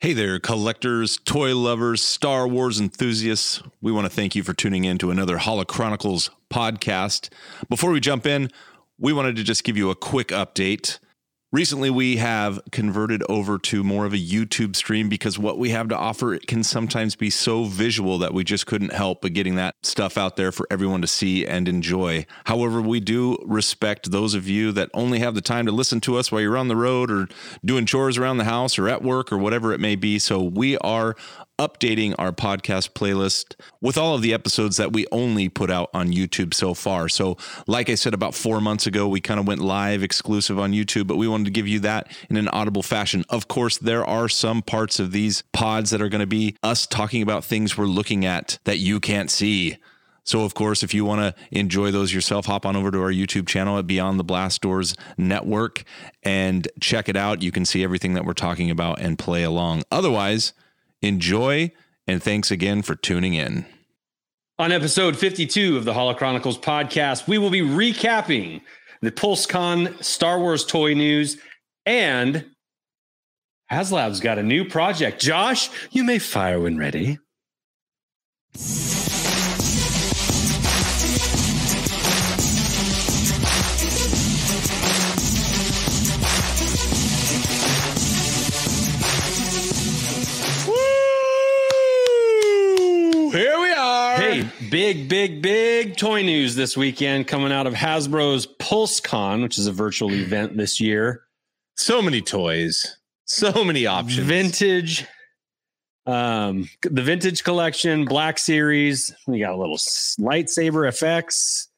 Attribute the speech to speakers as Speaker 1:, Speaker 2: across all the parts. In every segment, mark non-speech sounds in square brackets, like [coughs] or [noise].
Speaker 1: Hey there, collectors, toy lovers, Star Wars enthusiasts. We want to thank you for tuning in to another Holo Chronicles podcast. Before we jump in, we wanted to just give you a quick update. Recently, we have converted over to more of a YouTube stream because what we have to offer it can sometimes be so visual that we just couldn't help but getting that stuff out there for everyone to see and enjoy. However, we do respect those of you that only have the time to listen to us while you're on the road or doing chores around the house or at work or whatever it may be. So we are updating our podcast playlist with all of the episodes that we only put out on YouTube so far. So, like I said about four months ago, we kind of went live exclusive on YouTube, but we wanted to give you that in an audible fashion. Of course, there are some parts of these pods that are going to be us talking about things we're looking at that you can't see. So, of course, if you want to enjoy those yourself, hop on over to our YouTube channel at Beyond the Blast Doors Network and check it out. You can see everything that we're talking about and play along. Otherwise, Enjoy, and thanks again for tuning in.
Speaker 2: On episode 52 of the Holo Chronicles podcast, we will be recapping the PulseCon Star Wars toy news and HasLab's got a new project. Josh, you may fire when ready.
Speaker 1: Here we are.
Speaker 2: Hey, big, big, big toy news this weekend coming out of Hasbro's PulseCon, which is a virtual event this year.
Speaker 1: So many toys, so many options.
Speaker 2: Vintage, um, the vintage collection, Black Series. We got a little s- lightsaber effects.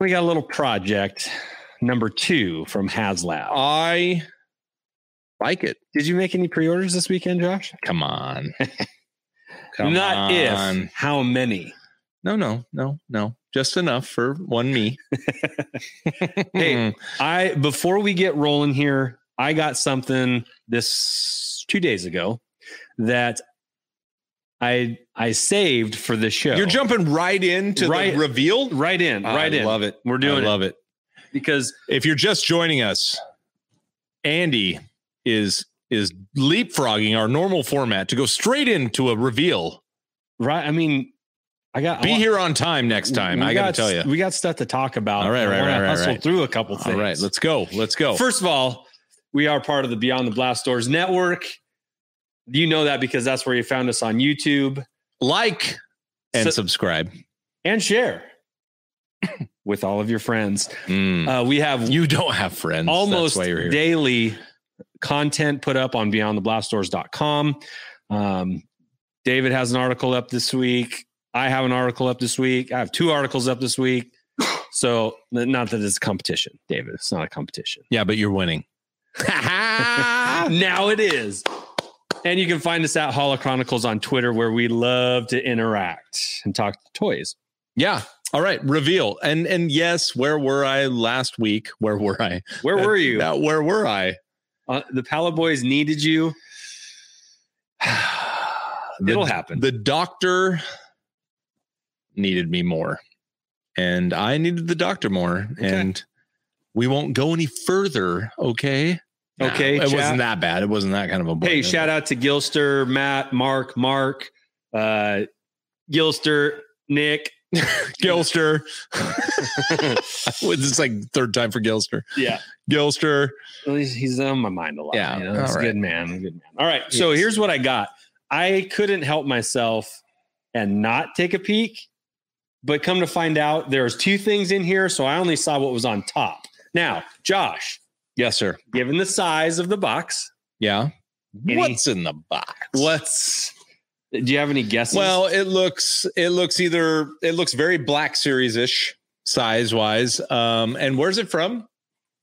Speaker 2: We got a little project number two from HasLab.
Speaker 1: I like it.
Speaker 2: Did you make any pre-orders this weekend, Josh?
Speaker 1: Come [laughs] on.
Speaker 2: Not if, how many?
Speaker 1: No, no, no, no. Just enough for one [laughs] me. Hmm.
Speaker 2: Hey. I before we get rolling here, I got something this two days ago that I I saved for the show.
Speaker 1: you're jumping right into
Speaker 2: Right-
Speaker 1: the reveal.
Speaker 2: right in, right
Speaker 1: I
Speaker 2: in.
Speaker 1: love it.
Speaker 2: We're doing
Speaker 1: I love it.
Speaker 2: it because
Speaker 1: If you're just joining us, Andy is is leapfrogging our normal format to go straight into a reveal.
Speaker 2: right. I mean, I got
Speaker 1: Be here on time next time.
Speaker 2: we
Speaker 1: I got to tell you.
Speaker 2: we got stuff to talk about.
Speaker 1: All right,
Speaker 2: I
Speaker 1: right,
Speaker 2: wanna
Speaker 1: right, right,
Speaker 2: Hustle
Speaker 1: right.
Speaker 2: through a couple things.
Speaker 1: All right, let's go. Let's go.
Speaker 2: First of all, we are part of the Beyond the Blast Doors Network. You know that because that's where you found us on YouTube
Speaker 1: like and
Speaker 2: So-
Speaker 1: subscribe.
Speaker 2: and
Speaker 1: [laughs]
Speaker 2: share with all of your friends.
Speaker 1: Hmm.
Speaker 2: Uh, we have
Speaker 1: Mm. you don't have friends. That's
Speaker 2: almost
Speaker 1: why you're here.
Speaker 2: daily content put up on beyondtheblastdoors.com. Um, David has an article up this week. I have an article up this week. I have two articles up
Speaker 1: [laughs]
Speaker 2: this week. So, not that it's a competition, David. It's not a competition.
Speaker 1: yeah, but you're
Speaker 2: [laughs]
Speaker 1: winning. Ah.
Speaker 2: now it is. And you can find us at Holo Chronicles on Twitter, where we love to interact and talk toys.
Speaker 1: yeah. All right. Reveal. And and yes, where were I last week? Where were I?
Speaker 2: Where
Speaker 1: [laughs]
Speaker 2: were you?
Speaker 1: Now, where were I?
Speaker 2: Uh, the Palo Boys needed you.
Speaker 1: The-
Speaker 2: It'll happen.
Speaker 1: The doctor needed me more, and I needed the doctor more.
Speaker 2: Okay.
Speaker 1: And we won't go any further. Okay.
Speaker 2: Okay,
Speaker 1: Nah, it
Speaker 2: chat.
Speaker 1: wasn't that bad. It wasn't that kind of a.
Speaker 2: hey,
Speaker 1: appointment.
Speaker 2: shout out to Gilster, Matt, Mark, Mark, uh, Gilster, Nick.
Speaker 1: Gilster. [laughs]
Speaker 2: [laughs]
Speaker 1: it's like third time for Gilster.
Speaker 2: Yeah,
Speaker 1: Gilster.
Speaker 2: he's, he's on my mind a lot.
Speaker 1: Yeah,
Speaker 2: you know? he's
Speaker 1: all
Speaker 2: a
Speaker 1: right.
Speaker 2: good man. a Good man. All right, so
Speaker 1: Yes.
Speaker 2: here's what I got. I couldn't help myself and not take a peek, but come to find out, there's two things in here, so I only saw what was on top. Now, Josh,
Speaker 1: Yes, sir.
Speaker 2: given the size of the box,
Speaker 1: Yeah.
Speaker 2: Any-
Speaker 1: What's in the box?
Speaker 2: what's do you have any guesses?
Speaker 1: Well, it looks it looks either it looks very black series ish size wise. Um, and where's it from?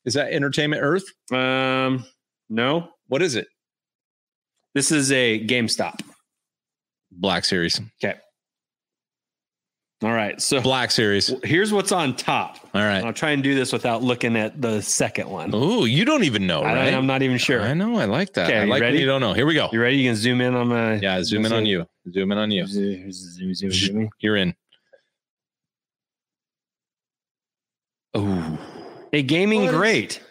Speaker 1: Is that Entertainment Earth?
Speaker 2: um, no.
Speaker 1: What is it?
Speaker 2: This is a GameStop.
Speaker 1: Black series.
Speaker 2: All right. So
Speaker 1: Black series. All
Speaker 2: here's what's on top.
Speaker 1: right.
Speaker 2: I'll try and do this without looking at the second one.
Speaker 1: Oh, you don't even know,
Speaker 2: I
Speaker 1: right?
Speaker 2: am not even sure.
Speaker 1: I know. I like that.
Speaker 2: Okay,
Speaker 1: I
Speaker 2: you
Speaker 1: like when
Speaker 2: ready?
Speaker 1: you don't know. Here we go.
Speaker 2: You ready? You can zoom in on my.
Speaker 1: Yeah, zoom in on you. Zoom in on you.
Speaker 2: Zoom, zoom, zoom, zoom.
Speaker 1: You're in. Oh,
Speaker 2: A gaming
Speaker 1: What is-
Speaker 2: great.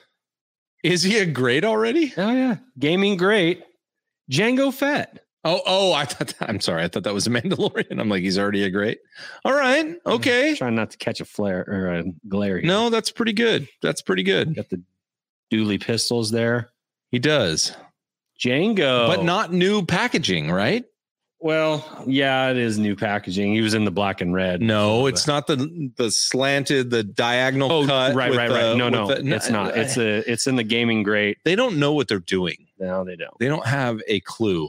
Speaker 1: is he a great already?
Speaker 2: Oh yeah, gaming great Django Fett.
Speaker 1: [laughs] Oh, oh, I thought that, I'm sorry. I thought that was a Mandalorian. I'm like, he's already a great. All right.
Speaker 2: Hmm.
Speaker 1: Okay.
Speaker 2: Trying not to catch a flare or a glare. here.
Speaker 1: No, that's pretty good. That's pretty good.
Speaker 2: got the Dooley pistols there.
Speaker 1: He does.
Speaker 2: Django,
Speaker 1: But not new packaging, right?
Speaker 2: Well, yeah, it is new packaging. He was in the black and red.
Speaker 1: No, it's not the the slanted, the diagonal
Speaker 2: Oh,
Speaker 1: cut.
Speaker 2: right, right,
Speaker 1: with
Speaker 2: right.
Speaker 1: the-
Speaker 2: no,
Speaker 1: with
Speaker 2: no,
Speaker 1: the-
Speaker 2: it's not. It's a, it's in the gaming grade.
Speaker 1: they don't know what they're doing.
Speaker 2: No, they don't.
Speaker 1: They don't have a clue.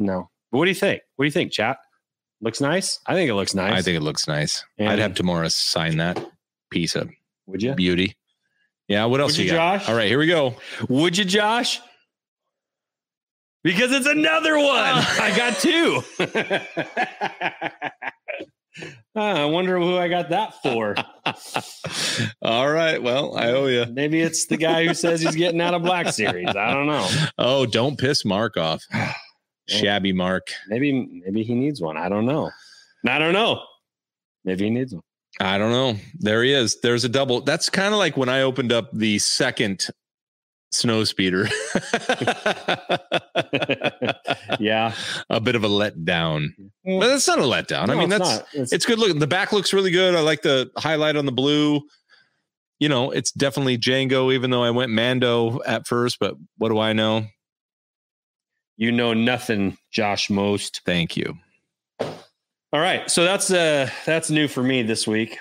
Speaker 2: No. But what do you think? What do you think, chat? Looks nice. I think it looks nice.
Speaker 1: I think it looks nice.
Speaker 2: And-
Speaker 1: I'd have Tamara sign that piece of
Speaker 2: Would you?
Speaker 1: beauty. Yeah. What else
Speaker 2: Would
Speaker 1: you,
Speaker 2: you,
Speaker 1: got?
Speaker 2: Josh?
Speaker 1: All right, here we go.
Speaker 2: Would you, Josh? Because it's another one. [laughs] I got [laughs] two. Huh, Ah, I wonder who I got that for.
Speaker 1: [laughs] All right. Well, I owe you.
Speaker 2: Maybe it's the guy who says he's getting out of Black Series. I don't know.
Speaker 1: Oh, don't piss Mark [sighs] off. Shabby Mark.
Speaker 2: Maybe maybe he needs one. I don't know. I don't know. Maybe he needs one. [laughs]
Speaker 1: I don't know. There he is. There's a double. That's kind of like when I opened up the second snow speeder. [laughs]
Speaker 2: yeah.
Speaker 1: a bit of a letdown. But that's not a letdown. I
Speaker 2: No,
Speaker 1: mean,
Speaker 2: it's
Speaker 1: that's
Speaker 2: not. It's-
Speaker 1: it's good looking. The back looks really good. I like the highlight on the blue. You know, it's definitely Django, even though I went Mando at first, but what do I know?
Speaker 2: you know nothing, Josh Most.
Speaker 1: Thank you.
Speaker 2: All right. So that's uh that's new for me this week.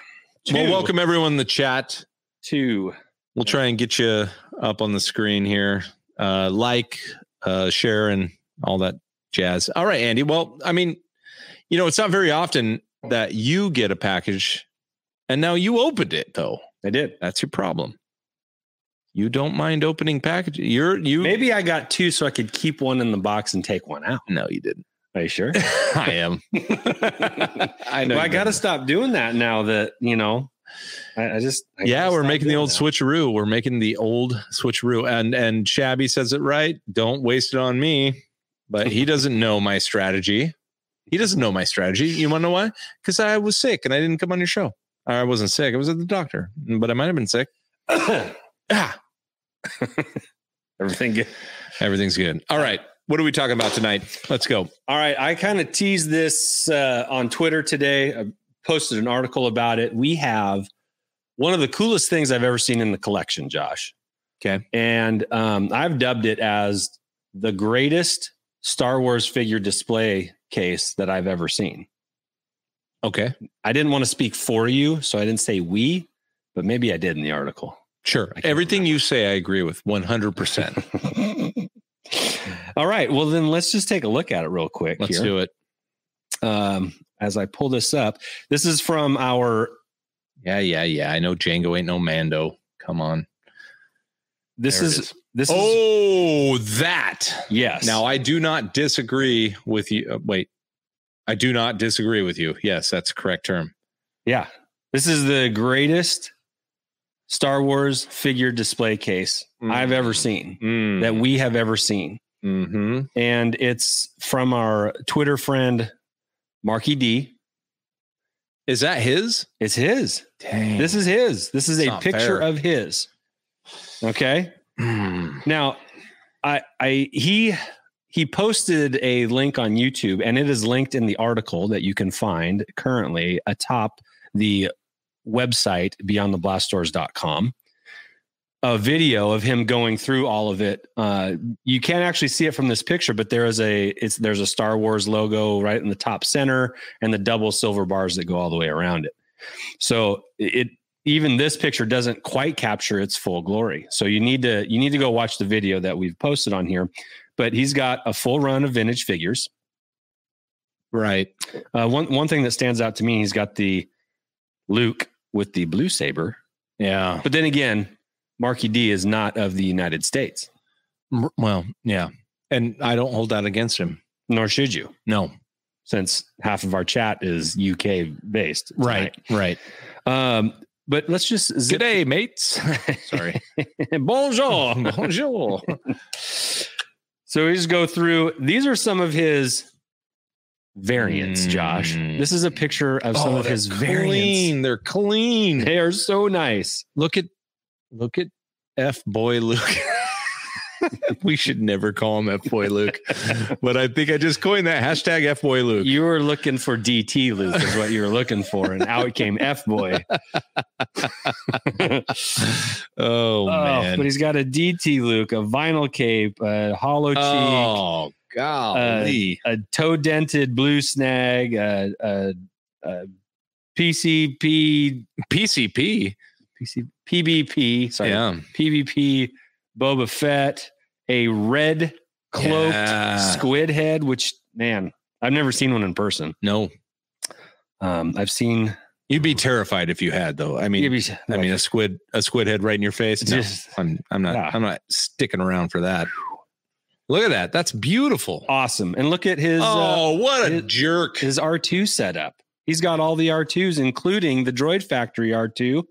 Speaker 1: Well,
Speaker 2: Two.
Speaker 1: welcome everyone in the chat.
Speaker 2: Two.
Speaker 1: We'll try and get you up on the screen here. Uh, like, uh, share, and all that jazz. All right, Andy. Well, I mean, you know, it's not very often that you get a package, and now you opened it though.
Speaker 2: I did.
Speaker 1: That's your problem. You don't mind opening packages. You're you.
Speaker 2: Maybe I got two so I could keep one in the box and take one out.
Speaker 1: [laughs] No, you didn't. [laughs]
Speaker 2: Are you sure?
Speaker 1: I am. I know.
Speaker 2: Well, I
Speaker 1: you
Speaker 2: got to
Speaker 1: didn't.
Speaker 2: stop doing that now that, you know, I, I just. I
Speaker 1: yeah,
Speaker 2: gotta
Speaker 1: we're
Speaker 2: stop
Speaker 1: making the
Speaker 2: doing
Speaker 1: old
Speaker 2: that.
Speaker 1: switcheroo. We're making the old switcheroo, and and Shabby says it right. Don't waste it on me, but
Speaker 2: [laughs]
Speaker 1: he doesn't know my strategy. He doesn't know my strategy. You want to know why? Because I was sick and I didn't come on your show. Or I wasn't sick. I was at the doctor, but I might have been sick. Ah,
Speaker 2: [coughs]
Speaker 1: [coughs]
Speaker 2: Everything good.
Speaker 1: everything's good. All right, what are we talking about tonight? Let's go.
Speaker 2: All right, I kind of teased this uh, on Twitter today. I posted an article about it. We have one of the coolest things I've ever seen in the collection, Josh.
Speaker 1: Okay.
Speaker 2: And um, I've dubbed it as the greatest Star Wars figure display case that I've ever seen.
Speaker 1: Okay,
Speaker 2: I didn't want to speak for you, so I didn't say we, but maybe I did in
Speaker 1: [laughs]
Speaker 2: the article.
Speaker 1: sure.
Speaker 2: I can't
Speaker 1: Everything
Speaker 2: remember.
Speaker 1: you say, I agree with one hundred
Speaker 2: [laughs]
Speaker 1: percent.
Speaker 2: All right, well, then let's just take a look at it real quick.
Speaker 1: Let's
Speaker 2: here.
Speaker 1: do it.
Speaker 2: um, as I pull this up. This is from our.
Speaker 1: Yeah, yeah, yeah. I know Django ain't no Mando. Come on.
Speaker 2: This
Speaker 1: There it
Speaker 2: is
Speaker 1: is.
Speaker 2: this is
Speaker 1: Oh, that.
Speaker 2: yes.
Speaker 1: Now,
Speaker 2: I,
Speaker 1: I do not disagree with you. uh, Wait, I do not disagree with you. Yes, that's the correct term.
Speaker 2: yeah, this is the greatest Star Wars figure display case
Speaker 1: Mm.
Speaker 2: I've ever seen that
Speaker 1: Mm.
Speaker 2: we have ever seen,
Speaker 1: hmm
Speaker 2: and it's from our Twitter friend Marky D.
Speaker 1: Is that his?
Speaker 2: It's his.
Speaker 1: Dang.
Speaker 2: This is his. This is
Speaker 1: It's
Speaker 2: a
Speaker 1: not
Speaker 2: picture
Speaker 1: fair.
Speaker 2: of his. Okay.
Speaker 1: Mm.
Speaker 2: Now, I I he he posted a link on YouTube, and it is linked in the article that you can find currently atop the website beyondtheblastdoors.com. A video of him going through all of it. Uh, you can't actually see it from this picture, but there is a it's there's a Star Wars logo right in the top center, and the double silver bars that go all the way around it. So it even this picture doesn't quite capture its full glory. So you need to you need to go watch the video that we've posted on here. But he's got a full run of vintage figures.
Speaker 1: Right.
Speaker 2: Uh, one one thing that stands out to me, he's got the Luke with the blue saber.
Speaker 1: Yeah.
Speaker 2: But then again, Marky D is not of the United States,
Speaker 1: M- Well, yeah. And I don't hold that against him.
Speaker 2: nor should you,
Speaker 1: No.
Speaker 2: since half of our chat is UK based.
Speaker 1: Right.
Speaker 2: tonight. Um, but let's just
Speaker 1: Good
Speaker 2: zip.
Speaker 1: day,
Speaker 2: [laughs]
Speaker 1: mates. [laughs] Sorry.
Speaker 2: Bonjour.
Speaker 1: [laughs] Bonjour.
Speaker 2: [laughs] So we just go through. These are some of his variants, Josh.
Speaker 1: Mm.
Speaker 2: This is a picture of some
Speaker 1: Oh,
Speaker 2: of
Speaker 1: they're
Speaker 2: his variants.
Speaker 1: clean. They're clean.
Speaker 2: They are so nice.
Speaker 1: Look at, look at F boy Luke. [laughs] we should never call him F boy [laughs] Luke, but I think I just coined that hashtag F boy Luke.
Speaker 2: You were looking for DT Luke is what you were looking for, and out came [laughs] F boy.
Speaker 1: [laughs] Oh,
Speaker 2: but
Speaker 1: man!
Speaker 2: he's got a DT Luke, a vinyl cape, a hollow cheek,
Speaker 1: Oh golly!
Speaker 2: a toe dented blue snag, a, a, a PCP,
Speaker 1: PCP.
Speaker 2: PC, PBP, Uh, sorry,
Speaker 1: Yeah.
Speaker 2: PvP Boba Fett, a red cloaked
Speaker 1: Yeah.
Speaker 2: squid head, which man, I've never seen one in person.
Speaker 1: No,
Speaker 2: Um, I've seen
Speaker 1: you'd be terrified if you had though. I mean, I mean, a squid, a squid head right in your face. No,
Speaker 2: just
Speaker 1: I'm, I'm not,
Speaker 2: Yeah.
Speaker 1: I'm not sticking around for that. Look at that. That's beautiful.
Speaker 2: awesome. And look at his uh,
Speaker 1: oh, what a
Speaker 2: his-
Speaker 1: jerk!
Speaker 2: his R2 setup. He's got all the R2s, including the Droid Factory R2,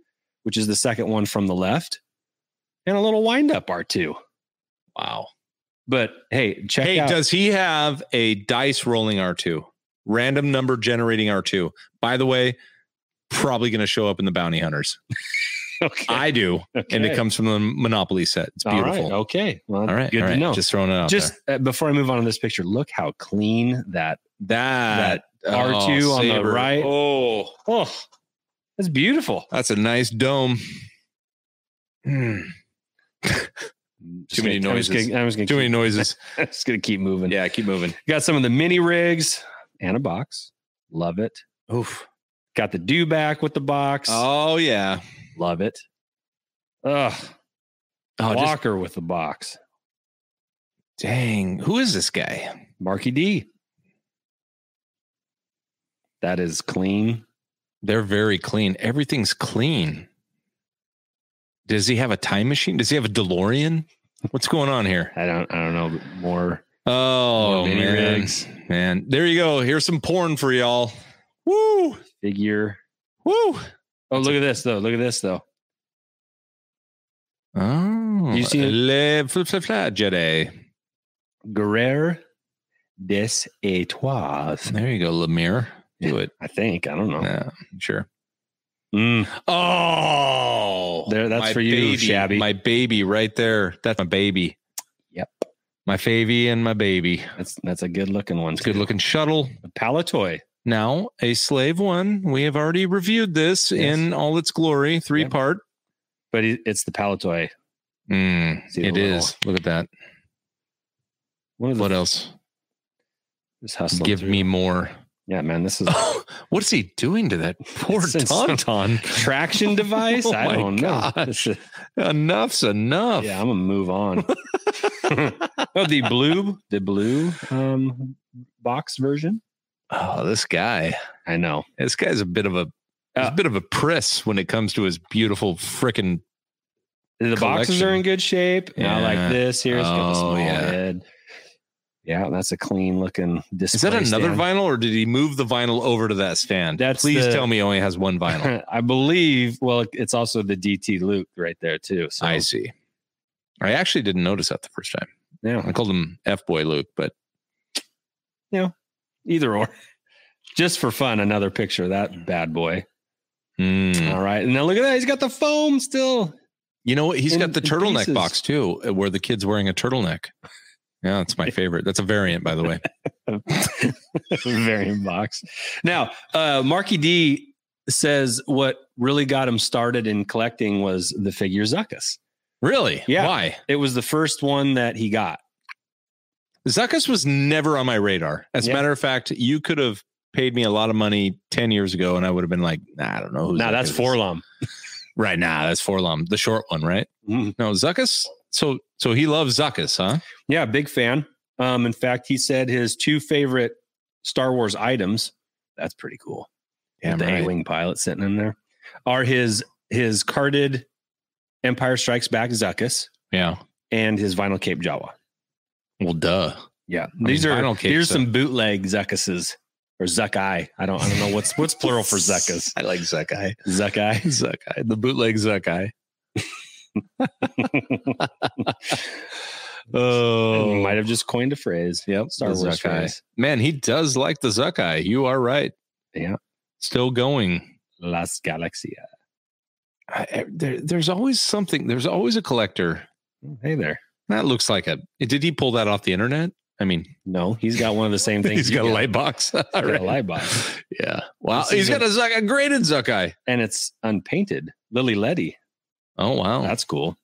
Speaker 2: which is the second one from the left, and a little wind up R2.
Speaker 1: Wow.
Speaker 2: But hey, check
Speaker 1: Hey,
Speaker 2: out
Speaker 1: does he have a dice rolling R two, random number generating R two? By the way, probably going to show up in the bounty hunters.
Speaker 2: [laughs] okay.
Speaker 1: I do, and
Speaker 2: Okay.
Speaker 1: it comes from the Monopoly set. It's
Speaker 2: All right,
Speaker 1: beautiful. All right,
Speaker 2: okay. Well,
Speaker 1: all right,
Speaker 2: good to know.
Speaker 1: Just throwing it out.
Speaker 2: just uh, before I move on to this picture, look how clean that.
Speaker 1: there. that,
Speaker 2: R2 on the right.
Speaker 1: Oh,
Speaker 2: Oh, that's beautiful.
Speaker 1: that's a nice dome. Hmm.
Speaker 2: Just
Speaker 1: many
Speaker 2: gonna- I'm just
Speaker 1: noises.
Speaker 2: gonna- I'm just gonna,
Speaker 1: Too many
Speaker 2: keep,
Speaker 1: noises.
Speaker 2: I'm [laughs] just gonna keep moving.
Speaker 1: yeah, keep moving.
Speaker 2: Got some of the mini rigs and a box. Love it.
Speaker 1: Oof.
Speaker 2: Got the do back with the box.
Speaker 1: Oh yeah.
Speaker 2: Love it. Ugh.
Speaker 1: Oh just-
Speaker 2: Walker with the box.
Speaker 1: dang. Who is this guy?
Speaker 2: Marky D. That is clean.
Speaker 1: They're very clean. Everything's clean. Does he have a time machine? Does he have a DeLorean? What's going on here?
Speaker 2: I don't. I don't know but more.
Speaker 1: Oh
Speaker 2: More mini
Speaker 1: man,
Speaker 2: rigs.
Speaker 1: man. There you go. Here's some porn for y'all. Woo,
Speaker 2: figure.
Speaker 1: woo.
Speaker 2: Oh, look at this though. Look at this though.
Speaker 1: Oh,
Speaker 2: You see-
Speaker 1: le fla fla fla Jedi.
Speaker 2: Guerrero des Etoiles.
Speaker 1: There you go, Lemire. Do it.
Speaker 2: I think. I don't know.
Speaker 1: Yeah, sure.
Speaker 2: Mm,
Speaker 1: Oh,
Speaker 2: There- that's
Speaker 1: my
Speaker 2: for you,
Speaker 1: baby,
Speaker 2: Shabby.
Speaker 1: My baby, right there. That's my baby.
Speaker 2: Yep.
Speaker 1: my favy and my baby.
Speaker 2: that's that's a good looking one.
Speaker 1: It's a good looking shuttle.
Speaker 2: A Palatoy.
Speaker 1: Now, a slave one. We have already reviewed this
Speaker 2: Yes.
Speaker 1: in all its glory, three
Speaker 2: Yep.
Speaker 1: part.
Speaker 2: But it- it's the Palatoy.
Speaker 1: Mm,
Speaker 2: See the
Speaker 1: it
Speaker 2: little-
Speaker 1: is. Look at that.
Speaker 2: One of the
Speaker 1: What else?
Speaker 2: is hustling
Speaker 1: Give
Speaker 2: through.
Speaker 1: me more. [laughs]
Speaker 2: Yeah, man. This is
Speaker 1: what is he doing to that poor
Speaker 2: It's in
Speaker 1: [laughs]
Speaker 2: some-
Speaker 1: tauntaun?
Speaker 2: traction device.
Speaker 1: Oh
Speaker 2: I
Speaker 1: my
Speaker 2: don't know.
Speaker 1: gosh. Oh.
Speaker 2: This is-
Speaker 1: Enough's enough.
Speaker 2: yeah, I'm gonna
Speaker 1: [laughs]
Speaker 2: move on. oh, the blue, the blue um box version.
Speaker 1: Oh, this guy.
Speaker 2: I know.
Speaker 1: This guy's a bit of a he's a
Speaker 2: Uh,
Speaker 1: bit of a priss when it comes to his beautiful frickin'
Speaker 2: The boxes
Speaker 1: Collection.
Speaker 2: are in good shape.
Speaker 1: Yeah.
Speaker 2: Not like this. Here's got
Speaker 1: Oh,
Speaker 2: a small
Speaker 1: yeah.
Speaker 2: head. Yeah, that's a clean looking display.
Speaker 1: Is that another
Speaker 2: stand.
Speaker 1: vinyl or did he move the vinyl over to that stand?
Speaker 2: That's
Speaker 1: Please
Speaker 2: the-
Speaker 1: tell me he only has one
Speaker 2: [laughs]
Speaker 1: vinyl.
Speaker 2: I believe. Well, it's also the DT Luke right there too. So
Speaker 1: I see. I actually didn't notice that the first time.
Speaker 2: yeah,
Speaker 1: I called him F boy Luke, but
Speaker 2: either or. Just for fun, another picture of that bad boy.
Speaker 1: mm.
Speaker 2: All right, and now look at that. He's got the
Speaker 1: [laughs]
Speaker 2: foam still. [laughs]
Speaker 1: you know what? He's
Speaker 2: In-
Speaker 1: got the
Speaker 2: in
Speaker 1: turtleneck
Speaker 2: pieces.
Speaker 1: box too, uh, where the kid's wearing a turtleneck. Yeah, that's
Speaker 2: [laughs]
Speaker 1: my favorite. That's a variant, by the way.
Speaker 2: variant box. Now, uh, Marky D says what really got him started in collecting was the figure Zuckus.
Speaker 1: Really?
Speaker 2: Yeah.
Speaker 1: Why?
Speaker 2: It was the first one that he got.
Speaker 1: Zuckus was never on my radar. As a
Speaker 2: Yeah.
Speaker 1: matter of fact, you could have paid me a lot of money 10 years ago and I would have been like, nah, I don't know who
Speaker 2: Now that's
Speaker 1: Zuckus is.
Speaker 2: Forlum.
Speaker 1: Right now, that's Forlum, the short one, right?
Speaker 2: Mhm.
Speaker 1: No, Zuckus. So so he loves Zuckus, huh?
Speaker 2: Yeah, big fan. Um, in fact, he said his two favorite Star Wars items. That's pretty cool.
Speaker 1: Damn
Speaker 2: With the
Speaker 1: right.
Speaker 2: A-wing pilot sitting in there are his his carded Empire Strikes Back Zuckus
Speaker 1: Yeah.
Speaker 2: and his vinyl cape Jawa.
Speaker 1: Well, duh.
Speaker 2: Yeah,
Speaker 1: mean,
Speaker 2: these are
Speaker 1: vinyl capes
Speaker 2: here's
Speaker 1: are-
Speaker 2: some bootleg Zuckuses or Zuckai. I don't I don't know what's what's plural
Speaker 1: [laughs]
Speaker 2: for Zuckus.
Speaker 1: I like
Speaker 2: [laughs]
Speaker 1: Zuckai.
Speaker 2: Zuckai.
Speaker 1: Zuckai, the bootleg
Speaker 2: [laughs]
Speaker 1: Zuckai. oh,
Speaker 2: Might have just coined a phrase. Yep, Star
Speaker 1: the
Speaker 2: Wars
Speaker 1: Zuckai.
Speaker 2: phrase.
Speaker 1: man, he does like the Zuckai. You are right.
Speaker 2: Yeah.
Speaker 1: Still going.
Speaker 2: Las Galaxia.
Speaker 1: I, I- there, there's always something. There's always a collector
Speaker 2: Hey there.
Speaker 1: That looks like a. Did he pull that off the internet? I mean,
Speaker 2: No, [laughs] he's got one of the same
Speaker 1: [laughs]
Speaker 2: things.
Speaker 1: he's
Speaker 2: you
Speaker 1: got a
Speaker 2: get.
Speaker 1: light [laughs] box.
Speaker 2: He's got a light box,
Speaker 1: Yeah. Wow.
Speaker 2: This
Speaker 1: He's
Speaker 2: is
Speaker 1: got a, Zuck- a graded Zuckeye.
Speaker 2: and it's unpainted. Lily Letty.
Speaker 1: Oh wow.
Speaker 2: That's cool.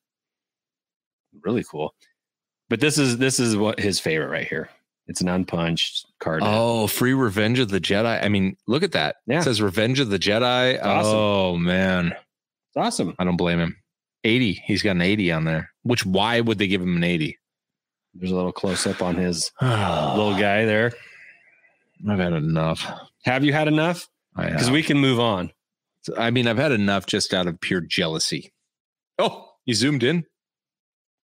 Speaker 2: Really cool. But this is this is what his favorite right here. It's an unpunched card.
Speaker 1: oh, free Revenge of the Jedi. I mean, look at that.
Speaker 2: Yeah.
Speaker 1: It says Revenge of the Jedi.
Speaker 2: Awesome.
Speaker 1: Oh man,
Speaker 2: It's awesome.
Speaker 1: I don't blame him. Eighty. He's got an eighty on there. Which why would they give him an
Speaker 2: [sighs]
Speaker 1: eighty?
Speaker 2: There's a little close up on his little
Speaker 1: I've
Speaker 2: guy there.
Speaker 1: had enough.
Speaker 2: Have you had enough?
Speaker 1: I
Speaker 2: Because
Speaker 1: have.
Speaker 2: we can move on.
Speaker 1: I mean, I've had enough just out of pure jealousy. Oh, you zoomed in.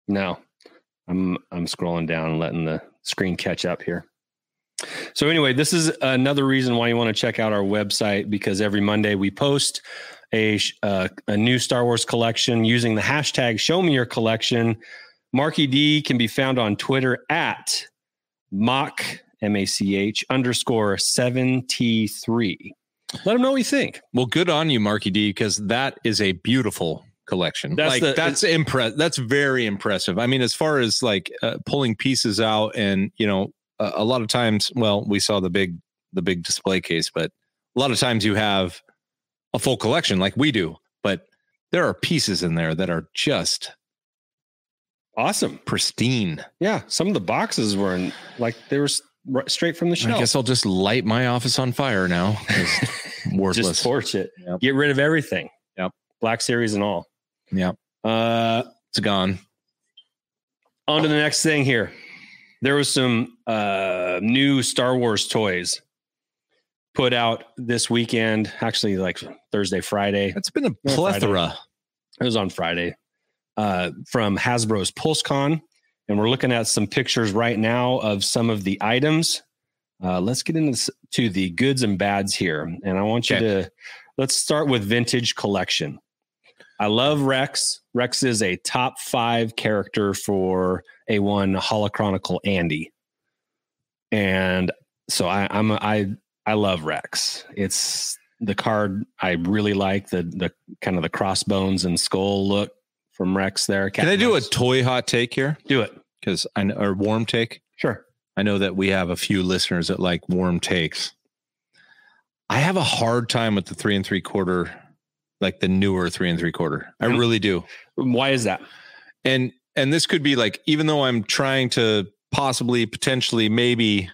Speaker 2: No, I'm I'm scrolling down, and letting the screen catch up here. So anyway, this is another reason why you want to check out our website because every Monday we post a sh- uh, a new Star Wars collection using the hashtag Show Me Your Collection. Marky D can be found on Twitter at mock m a c h underscore seven t three. Let them know what you think.
Speaker 1: Well, good on you, Marky D, because that is a beautiful collection.
Speaker 2: That's
Speaker 1: like
Speaker 2: the-
Speaker 1: that's impress. That's very impressive. I mean, as far as like uh, pulling pieces out, and you know, a, a lot of times, well, we saw the big the big display case, but a lot of times you have a full collection, like we do, but there are pieces in there that are just
Speaker 2: Awesome.
Speaker 1: pristine.
Speaker 2: Yeah, some of the boxes were in, like they were s- r- straight from the shelf.
Speaker 1: I guess I'll just light my office on fire now. 'cause
Speaker 2: [laughs]
Speaker 1: Worthless.
Speaker 2: Just torch it.
Speaker 1: Yep.
Speaker 2: Get rid of everything.
Speaker 1: Yep.
Speaker 2: Black series and all.
Speaker 1: Yep.
Speaker 2: Uh,
Speaker 1: it's gone.
Speaker 2: on to the next thing here. There was some uh, new Star Wars toys put out this weekend. Actually, like Thursday, Friday.
Speaker 1: It's been a
Speaker 2: Friday.
Speaker 1: plethora.
Speaker 2: It was on Friday uh, from Hasbro's PulseCon, and we're looking at some pictures right now of some of the items. Uh, let's get into s- to the goods and bads here, and I want you
Speaker 1: Okay.
Speaker 2: to let's start with vintage collection. I love Rex. Rex is a top five character for a one Holochronicle Andy, and so I, I'm I I love Rex. It's the card I really like the the kind of the crossbones and skull look from Rex there.
Speaker 1: Can I do a
Speaker 2: Rex.
Speaker 1: toy hot take here?
Speaker 2: do it?
Speaker 1: Because I know, or warm take.
Speaker 2: Sure.
Speaker 1: I know that we have a few listeners that like warm takes. I have a hard time with the three and three quarter, like the newer three and three quarter. I
Speaker 2: Mm.
Speaker 1: really do.
Speaker 2: Why is that?
Speaker 1: And and this could be like, even though I'm trying to possibly, potentially, maybe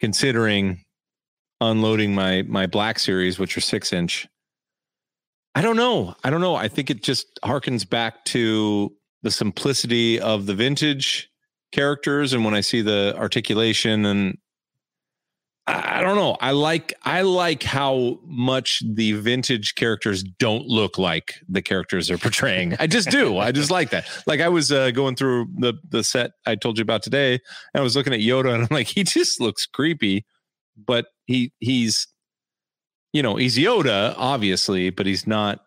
Speaker 1: considering unloading my my black series, which are six inch. I don't know. I don't know. I think it just harkens back to the simplicity of the vintage characters and when I see the articulation and I I don't know. I like I like how much the vintage characters don't look like the characters they're portraying. I just do. I just like that. Like I was uh, going through the the set I told you about today, and I was looking at Yoda, and I'm like, he just looks creepy, but he he's you know he's Yoda obviously, but he's not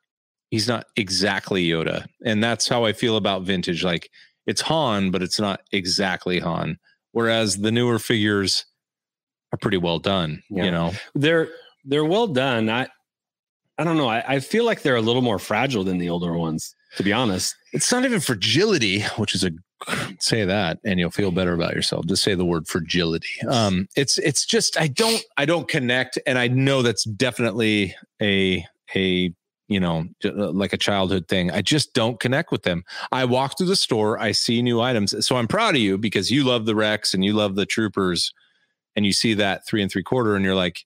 Speaker 1: he's not exactly Yoda, and that's how I feel about vintage. Like it's Han, but it's not exactly Han. Whereas the newer figures are pretty well done,
Speaker 2: Yeah.
Speaker 1: you know.
Speaker 2: They're they're well done. I I don't know. I, I feel like they're a little more fragile than the older ones, to be honest.
Speaker 1: It's not even fragility, which is a say that and you'll feel better about yourself. Just say the word fragility. Um it's it's just I don't I don't connect and I know that's definitely a a you know j- uh, like a childhood thing. I just don't connect with them. I walk through the store, I see new items. So I'm proud of you because you love the Rex and you love the troopers and you see that 3 and 3 quarter and you're like,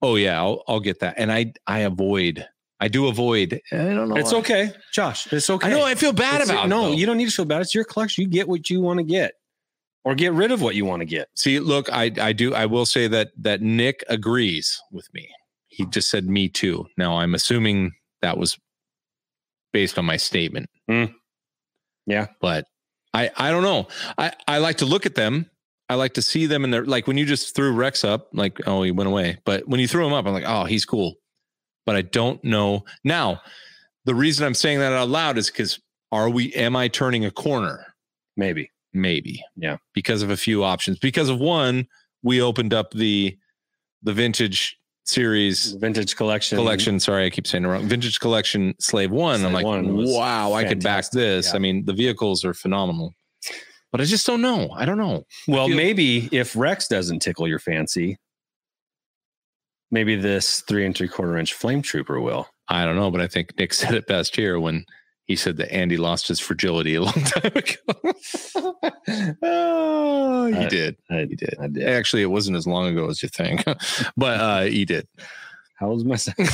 Speaker 1: "Oh yeah, I'll, I'll get that." And I I avoid I do avoid. I don't know.
Speaker 2: It's
Speaker 1: why.
Speaker 2: okay, Josh. It's okay.
Speaker 1: I know I feel bad
Speaker 2: It's-
Speaker 1: about. it,
Speaker 2: No,
Speaker 1: though.
Speaker 2: you don't need to feel bad. It's your collection. You get what you want to get, or get rid of what you want to get.
Speaker 1: See, look, I I do I will say that that Nick agrees with me. He just said me too. Now I'm assuming that was based on my statement.
Speaker 2: Hmm. Yeah.
Speaker 1: But I I don't know. I I like to look at them. I like to see them in their like when you just threw Rex up, like oh he went away. But when you threw him up, I'm like oh he's cool. But I don't know now. The reason I'm saying that out loud is because are we? Am I turning a corner?
Speaker 2: Maybe.
Speaker 1: maybe
Speaker 2: Yeah.
Speaker 1: because of a few options because of one we opened up the the vintage series
Speaker 2: Vintage collection.
Speaker 1: collection sorry i keep saying it wrong vintage collection slave one
Speaker 2: Slave
Speaker 1: i'm like
Speaker 2: One was
Speaker 1: wow i could back
Speaker 2: fantastic,
Speaker 1: this
Speaker 2: yeah.
Speaker 1: i mean the vehicles are phenomenal But I just don't know. I don't know.
Speaker 2: Well,
Speaker 1: Feel-
Speaker 2: maybe if Rex doesn't tickle your fancy, maybe this three and three quarter inch flame trooper will.
Speaker 1: I don't know, but I think Nick [laughs] said it best here when he said that Andy lost his fragility a [laughs] long time ago. [laughs] oh, he
Speaker 2: Uh,
Speaker 1: did.
Speaker 2: I
Speaker 1: He did.
Speaker 2: I did.
Speaker 1: Actually, it wasn't as long ago as you think, [laughs] but uh, he did.
Speaker 2: How old's my [laughs] son?
Speaker 1: [laughs]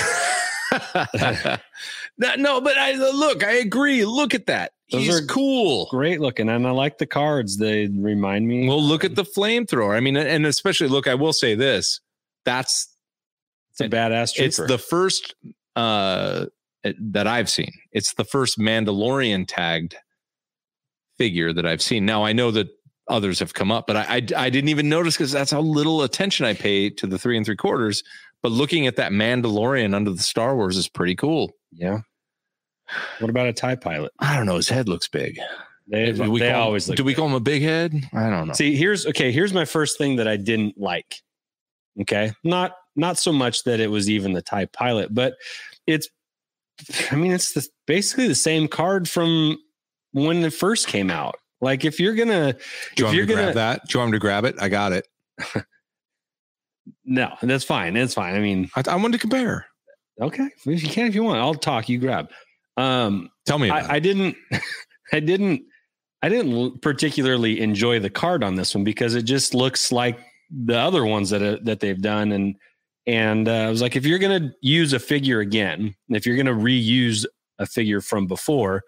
Speaker 1: no, no, but I look. I agree. Look at that.
Speaker 2: Those
Speaker 1: He's
Speaker 2: are
Speaker 1: cool.
Speaker 2: Great looking. And I like the cards. They remind me.
Speaker 1: Well, look at the flamethrower. I mean, and especially look. I will say this. That's
Speaker 2: it's a badass trooper.
Speaker 1: it's the first uh that I've seen. It's the first Mandalorian tagged figure that I've seen. Now I know that others have come up, but I I, I didn't even notice because that's how little attention I pay to the three and three quarters. But looking at that Mandalorian under the Star Wars is pretty cool.
Speaker 2: yeah. What about a TIE pilot?
Speaker 1: I don't know. His head looks big.
Speaker 2: They,
Speaker 1: Do we
Speaker 2: they
Speaker 1: call him-
Speaker 2: always look
Speaker 1: do we call him a big head? I don't know.
Speaker 2: See, here's okay. Here's my first thing that I didn't like. Okay, not not so much that it was even the Tie Pilot, but it's. I mean, it's the, basically the same card from when it first came out. Like, if you're
Speaker 1: do you
Speaker 2: gonna, if
Speaker 1: want me
Speaker 2: you're
Speaker 1: to
Speaker 2: gonna,
Speaker 1: grab that? Do you want me to grab it? I got it.
Speaker 2: no, that's fine. That's fine. I mean,
Speaker 1: I, I wanted to compare.
Speaker 2: okay, if you can, if you want, I'll talk. You grab. Um,
Speaker 1: Tell me. About
Speaker 2: I, I didn't, [laughs] I didn't, I didn't l- particularly enjoy the card on this one because it just looks like the other ones that uh, that they've done, and and uh, I was like, if you're gonna use a figure again, if you're gonna reuse a figure from before,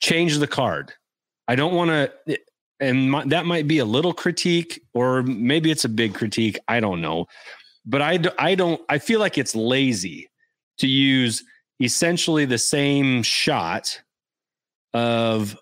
Speaker 2: change the card. I don't want to, and my, that might be a little critique, or maybe it's a big critique. I don't know, but I d- I don't. I feel like it's lazy to use essentially the same shot of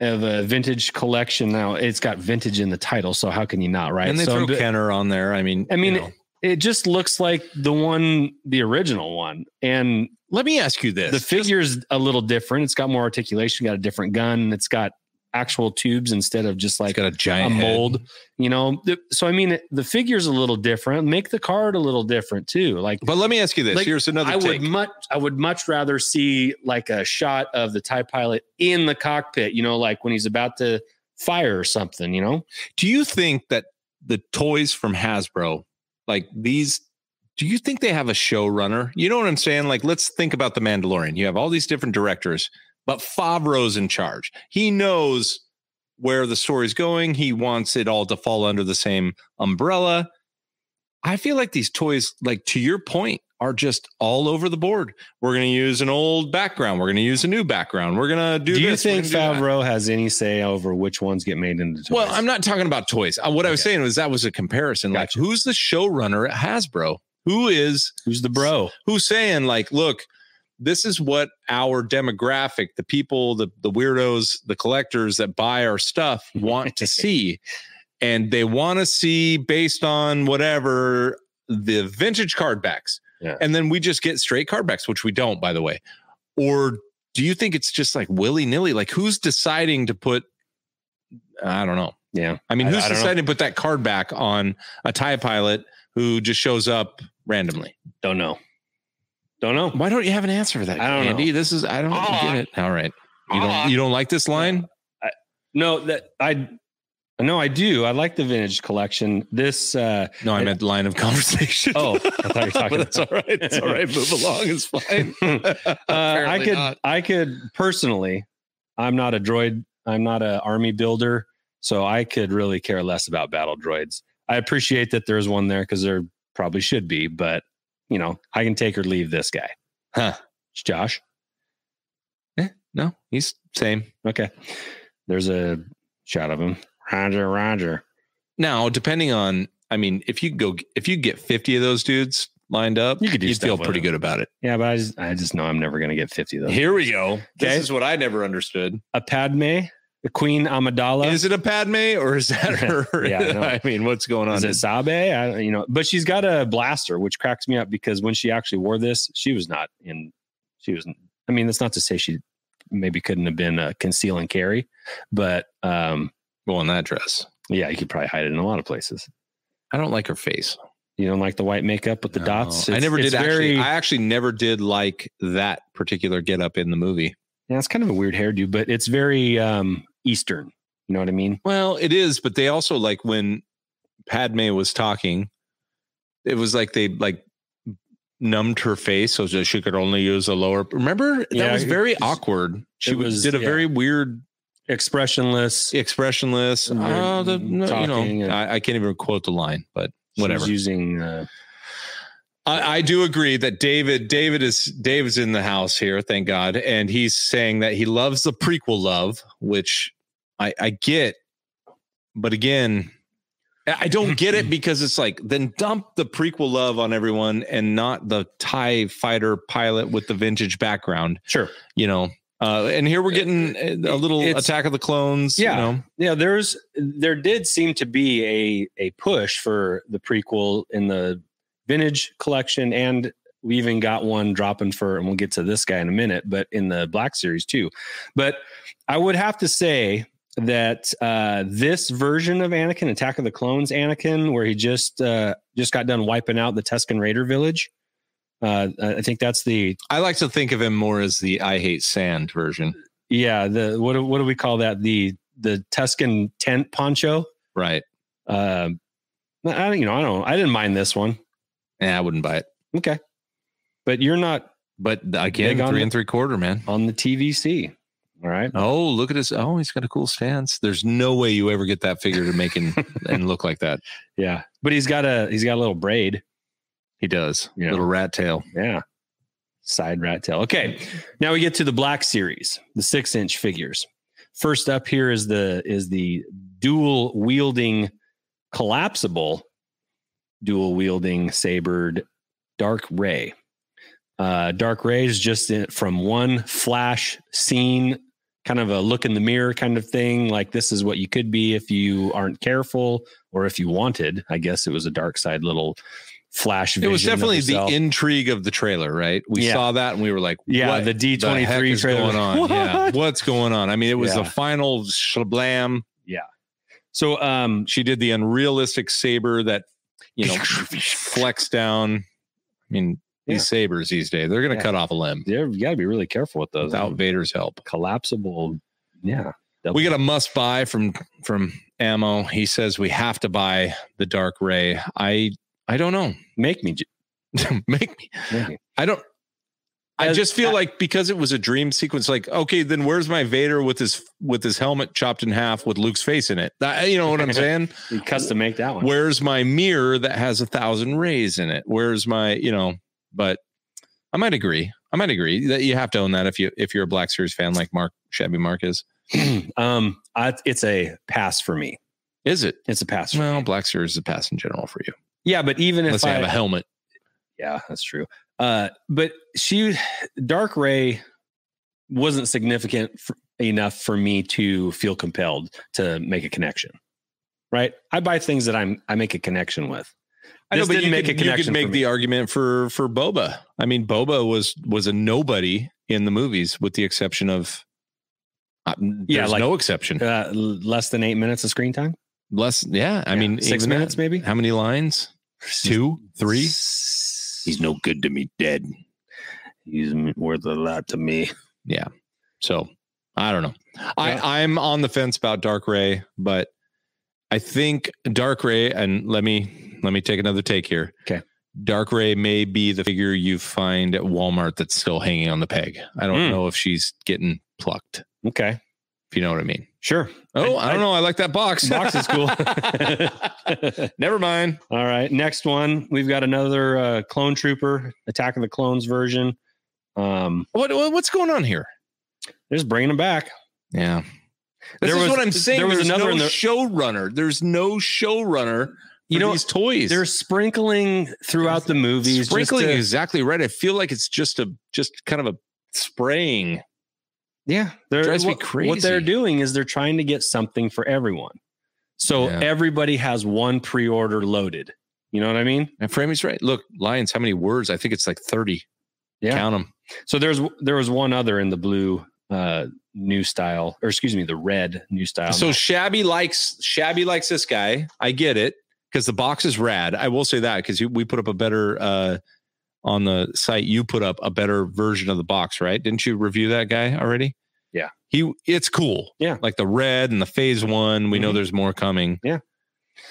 Speaker 2: of a vintage collection. Now it's got vintage in the title, so how can you not? Right?
Speaker 1: and they
Speaker 2: so
Speaker 1: throw
Speaker 2: I'm d-
Speaker 1: Kenner on there. I mean,
Speaker 2: I mean,
Speaker 1: you know.
Speaker 2: it just looks like the one, the original one, and
Speaker 1: let me ask you this:
Speaker 2: the figure's a little different. It's got more articulation, got a different gun, it's got actual tubes instead of just like
Speaker 1: got a giant
Speaker 2: a mold, you know. The- So I mean, the figure's a little different. Make the card a little different too. Like
Speaker 1: But let me ask you this:
Speaker 2: Like,
Speaker 1: Here's another
Speaker 2: I would
Speaker 1: take.
Speaker 2: much, I would much rather see like a shot of the tie pilot in the cockpit, you know, like when he's about to fire or something, you know.
Speaker 1: Do you think that the toys from Hasbro, like these, do you think they have a showrunner? You know what I'm saying? Like, let's think about the Mandalorian. You have all these different directors, but Favreau's in charge. He knows where the story's going. He wants it all to fall under the same umbrella. I feel like these toys, like to your point, are just all over the board. We're going to use an old background. We're going to use a new background. We're going to do.
Speaker 2: Do, you
Speaker 1: this, we're
Speaker 2: think
Speaker 1: gonna do that.
Speaker 2: Favreau has any say over which ones get made into toys?
Speaker 1: Well, I'm not talking about toys. Uh, what I was
Speaker 2: Okay.
Speaker 1: saying was that was a comparison. Like, who's the showrunner at Hasbro? Who is
Speaker 2: who's the bro?
Speaker 1: who's saying like, look, this is what our demographic, the people, the the weirdos, the collectors that buy our stuff want
Speaker 2: [laughs]
Speaker 1: to see, and they want to see based on whatever the vintage card backs,
Speaker 2: Yeah.
Speaker 1: and then we just get straight card backs, which we don't, by the way. Or do you think it's just like willy nilly? Like, who's deciding to put? I don't know.
Speaker 2: Yeah.
Speaker 1: I mean,
Speaker 2: I-
Speaker 1: who's
Speaker 2: I don't know.
Speaker 1: deciding to put that card back on a tie pilot who just shows up randomly?
Speaker 2: Don't know. Don't know.
Speaker 1: Why don't you have an answer for that?
Speaker 2: I don't know.
Speaker 1: Andy? This is I don't
Speaker 2: Hold
Speaker 1: get
Speaker 2: on.
Speaker 1: it. All right. You
Speaker 2: Hold
Speaker 1: don't
Speaker 2: on.
Speaker 1: you don't like this line?
Speaker 2: No, that I no, I do. I like the vintage collection. This uh
Speaker 1: No, I
Speaker 2: It-
Speaker 1: meant line of conversation.
Speaker 2: oh, I thought
Speaker 1: [laughs]
Speaker 2: you were
Speaker 1: But
Speaker 2: talking
Speaker 1: it's all right. It's all right. Move along. It's fine.
Speaker 2: [laughs] uh, I
Speaker 1: Apparently
Speaker 2: could
Speaker 1: not.
Speaker 2: I could personally I'm not a droid, I'm not a army builder, so I could really care less about battle droids. I appreciate that there's one there cuz there probably should be, but you know, I can take or leave this guy.
Speaker 1: Huh.
Speaker 2: Josh.
Speaker 1: [laughs] No, he's same.
Speaker 2: Okay. There's a shot of him. Roger, Roger.
Speaker 1: Now, depending on, I mean, if you go, if you get fifty of those dudes lined up,
Speaker 2: You could do
Speaker 1: you'd
Speaker 2: stuff
Speaker 1: feel
Speaker 2: with
Speaker 1: pretty
Speaker 2: them.
Speaker 1: good about it.
Speaker 2: Yeah, but I just I just know I'm never gonna get 50 though.
Speaker 1: Here we go.
Speaker 2: Okay.
Speaker 1: This is what I never understood.
Speaker 2: a Padme, the Queen Amidala.
Speaker 1: Is it a Padme or is that her?
Speaker 2: [laughs] Yeah, I
Speaker 1: [laughs]
Speaker 2: know.
Speaker 1: I mean, what's going on?
Speaker 2: Is it Sabe? I, you know, but she's got a blaster, which cracks me up because when she actually wore this, she was not in. She was. I mean, that's not to say she maybe couldn't have been a conceal and carry, but um,
Speaker 1: Well, in that dress.
Speaker 2: yeah, you could probably hide it in a lot of places.
Speaker 1: I don't like her face.
Speaker 2: You don't like the white makeup with the dots.
Speaker 1: I
Speaker 2: It's-
Speaker 1: never
Speaker 2: it's
Speaker 1: did actually. I actually never did like that particular getup in the movie.
Speaker 2: yeah, it's kind of a weird hairdo, but it's very um, Eastern. You know what I mean?
Speaker 1: Well, it is, but they also like when Padme was talking, it was like they like numbed her face so that she could only use a lower. Remember that
Speaker 2: Yeah,
Speaker 1: was
Speaker 2: it
Speaker 1: very
Speaker 2: was-
Speaker 1: awkward. She
Speaker 2: it
Speaker 1: was
Speaker 2: was-
Speaker 1: did a
Speaker 2: yeah.
Speaker 1: very weird,
Speaker 2: Expressionless.
Speaker 1: expressionless.
Speaker 2: And
Speaker 1: Oh, the,
Speaker 2: weird
Speaker 1: no,
Speaker 2: Uh, talking
Speaker 1: you know,
Speaker 2: and-
Speaker 1: I, I can't even quote the line, but
Speaker 2: She was
Speaker 1: whatever.
Speaker 2: using uh,
Speaker 1: I, I do agree that David David is David's in the house here, thank God, and he's saying that he loves the prequel love, which I, I get, but again, I I don't get
Speaker 2: [laughs]
Speaker 1: it because it's like then dump the prequel love on everyone and not the Tie Fighter pilot with the vintage background,
Speaker 2: sure.
Speaker 1: you know. Uh, and here we're getting a little
Speaker 2: It's-
Speaker 1: Attack of the Clones,
Speaker 2: Yeah.
Speaker 1: you know.
Speaker 2: Yeah, there's there did seem to be a a push for the prequel in the vintage collection, and we even got one dropping for, and we'll get to this guy in a minute, but in the Black Series too. But I would have to say that uh, this version of Anakin, Attack of the Clones, Anakin, where he just uh, just got done wiping out the Tusken Raider village. Uh, I think that's the
Speaker 1: I like to think of him more as the I hate sand version,
Speaker 2: yeah the what do- what do we call that the the Tuscan tent poncho
Speaker 1: right?
Speaker 2: Um, I don't, you know, I don't, I didn't mind this one.
Speaker 1: Yeah, I wouldn't buy it,
Speaker 2: Okay. But you're not
Speaker 1: but again,
Speaker 2: Big on
Speaker 1: three
Speaker 2: the-
Speaker 1: and three quarter, man.
Speaker 2: on the TVC. All right.
Speaker 1: Oh, look at his. Oh, he's got a cool stance. There's no way you ever get that figure to make [laughs] him and look like that.
Speaker 2: Yeah. But he's got a, he's got a little braid.
Speaker 1: He does.
Speaker 2: Yeah.
Speaker 1: Little rat tail.
Speaker 2: Yeah. Side rat tail. Okay. Now we get to the black series, the six inch figures. First up here is the, is the dual wielding collapsible dual wielding sabered dark ray. Uh, dark ray is just in, from one flash scene, kind of a look in the mirror kind of thing. Like this is what you could be if you aren't careful or if you wanted. I guess it was a dark side little flash.
Speaker 1: It
Speaker 2: Vision
Speaker 1: was
Speaker 2: of
Speaker 1: definitely the
Speaker 2: yourself.
Speaker 1: intrigue of the trailer, right? We
Speaker 2: Yeah.
Speaker 1: saw that and we were like,
Speaker 2: yeah
Speaker 1: what
Speaker 2: the D twenty
Speaker 1: heck
Speaker 2: three
Speaker 1: is
Speaker 2: trailer
Speaker 1: going on? [laughs]
Speaker 2: [laughs]
Speaker 1: Yeah,
Speaker 2: What?
Speaker 1: what's going on? I mean, it was the
Speaker 2: Yeah.
Speaker 1: final shablam.
Speaker 2: So um,
Speaker 1: She did the unrealistic saber that you [laughs] know flex down. I mean,
Speaker 2: Yeah.
Speaker 1: these sabers these days they're going to
Speaker 2: Yeah.
Speaker 1: cut off a limb
Speaker 2: yeah, you got to be really careful with those
Speaker 1: without Vader's help.
Speaker 2: collapsible. Yeah,
Speaker 1: we got a must buy from from ammo he says we have to buy the dark ray i i don't know [laughs]
Speaker 2: make me.
Speaker 1: make me
Speaker 2: Make me.
Speaker 1: i don't i
Speaker 2: As-
Speaker 1: just feel
Speaker 2: I-
Speaker 1: like because it was a dream sequence like okay then where's my vader with his with his helmet chopped in half with luke's face in it That- you know what [laughs] i'm saying
Speaker 2: You [laughs] custom make that one.
Speaker 1: where's my mirror that has a thousand rays in it where's my you know but i might agree i might agree that you have to own that if you if you're a black series fan like mark shabby mark is
Speaker 2: [clears throat] um, I, it's a pass for me.
Speaker 1: is it
Speaker 2: It's a pass. For me.
Speaker 1: well black series is a pass in general for you
Speaker 2: Yeah, but even
Speaker 1: unless
Speaker 2: if
Speaker 1: you
Speaker 2: I,
Speaker 1: have a helmet
Speaker 2: yeah, that's true. Uh, but she, Dark Ray, wasn't significant f enough for me to feel compelled to make a connection. Right, I buy things that I'm I make a connection with.
Speaker 1: I know,
Speaker 2: This
Speaker 1: but
Speaker 2: didn't
Speaker 1: you
Speaker 2: make
Speaker 1: could,
Speaker 2: a
Speaker 1: you could
Speaker 2: connection for
Speaker 1: make
Speaker 2: me.
Speaker 1: the argument for for Boba. I mean, Boba was was a nobody in the movies, with the exception of uh, there's
Speaker 2: Yeah, like-
Speaker 1: no exception.
Speaker 2: Uh, l- less than eight minutes of screen time.
Speaker 1: Less, yeah. I
Speaker 2: Yeah,
Speaker 1: mean,
Speaker 2: six
Speaker 1: even that-
Speaker 2: minutes maybe.
Speaker 1: how many lines? Two, three.
Speaker 2: He's
Speaker 1: no good to me, dead.
Speaker 2: he's worth a lot to me.
Speaker 1: So I don't know.
Speaker 2: Yeah.
Speaker 1: I I'm on the fence about Dark Ray, but I think Dark Ray and let me let me take another take here.
Speaker 2: Okay.
Speaker 1: Dark Ray may be the figure you find at Walmart that's still hanging on the peg. I don't
Speaker 2: Hmm.
Speaker 1: know if she's getting plucked,
Speaker 2: Okay,
Speaker 1: if you know what I mean.
Speaker 2: sure.
Speaker 1: Oh, I,
Speaker 2: I-
Speaker 1: don't know. I like that [laughs] box.
Speaker 2: Box is cool.
Speaker 1: Never mind.
Speaker 2: [laughs] All right, next one. We've got another uh, Clone Trooper Attack of the Clones version. Um,
Speaker 1: What, what what's going on here?
Speaker 2: they're just bringing them back.
Speaker 1: Yeah. This
Speaker 2: There
Speaker 1: is
Speaker 2: was-
Speaker 1: what I'm saying. There was another no
Speaker 2: in the-
Speaker 1: showrunner. There's no showrunner. For
Speaker 2: You know,
Speaker 1: these toys.
Speaker 2: they're sprinkling throughout the movies. just
Speaker 1: sprinkling
Speaker 2: to-
Speaker 1: exactly right. I feel like it's just a just kind of a spraying.
Speaker 2: yeah, they're,
Speaker 1: Drives me
Speaker 2: what, What they're
Speaker 1: crazy.
Speaker 2: doing is they're trying to get something for everyone, so
Speaker 1: Yeah.
Speaker 2: everybody has one pre-order loaded. You know what I mean?
Speaker 1: And Framey's right. Look, Lions, how many words? I think it's like 30.
Speaker 2: Yeah.
Speaker 1: Count them.
Speaker 2: So there's there was one other in the blue uh new style, or excuse me, the red new style.
Speaker 1: So Shabby likes Shabby likes this guy. I get it because the box is rad. I will say that because we put up a better uh, on the site. You put up a better version of the box, right? Didn't you review that guy already?
Speaker 2: Yeah.
Speaker 1: he it's cool.
Speaker 2: Yeah.
Speaker 1: Like the red and the phase one. We know
Speaker 2: Mhm.
Speaker 1: there's more coming.
Speaker 2: Yeah.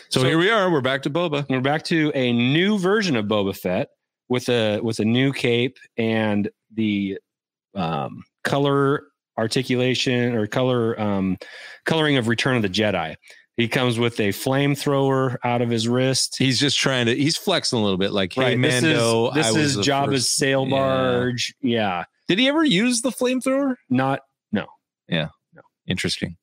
Speaker 1: So,
Speaker 2: So-
Speaker 1: here we are. We're back to Boba.
Speaker 2: We're back to a new version of Boba Fett with a with a new cape and the um, color articulation or color um, coloring of Return of the Jedi. He comes with a flamethrower out of his wrist.
Speaker 1: He's just trying to he's flexing a little bit like hey
Speaker 2: this
Speaker 1: Mando.
Speaker 2: is this
Speaker 1: I was
Speaker 2: is
Speaker 1: the
Speaker 2: Jabba's
Speaker 1: first-
Speaker 2: sail
Speaker 1: Yeah.
Speaker 2: barge. yeah,
Speaker 1: Did he ever use the flamethrower?
Speaker 2: not
Speaker 1: Interesting.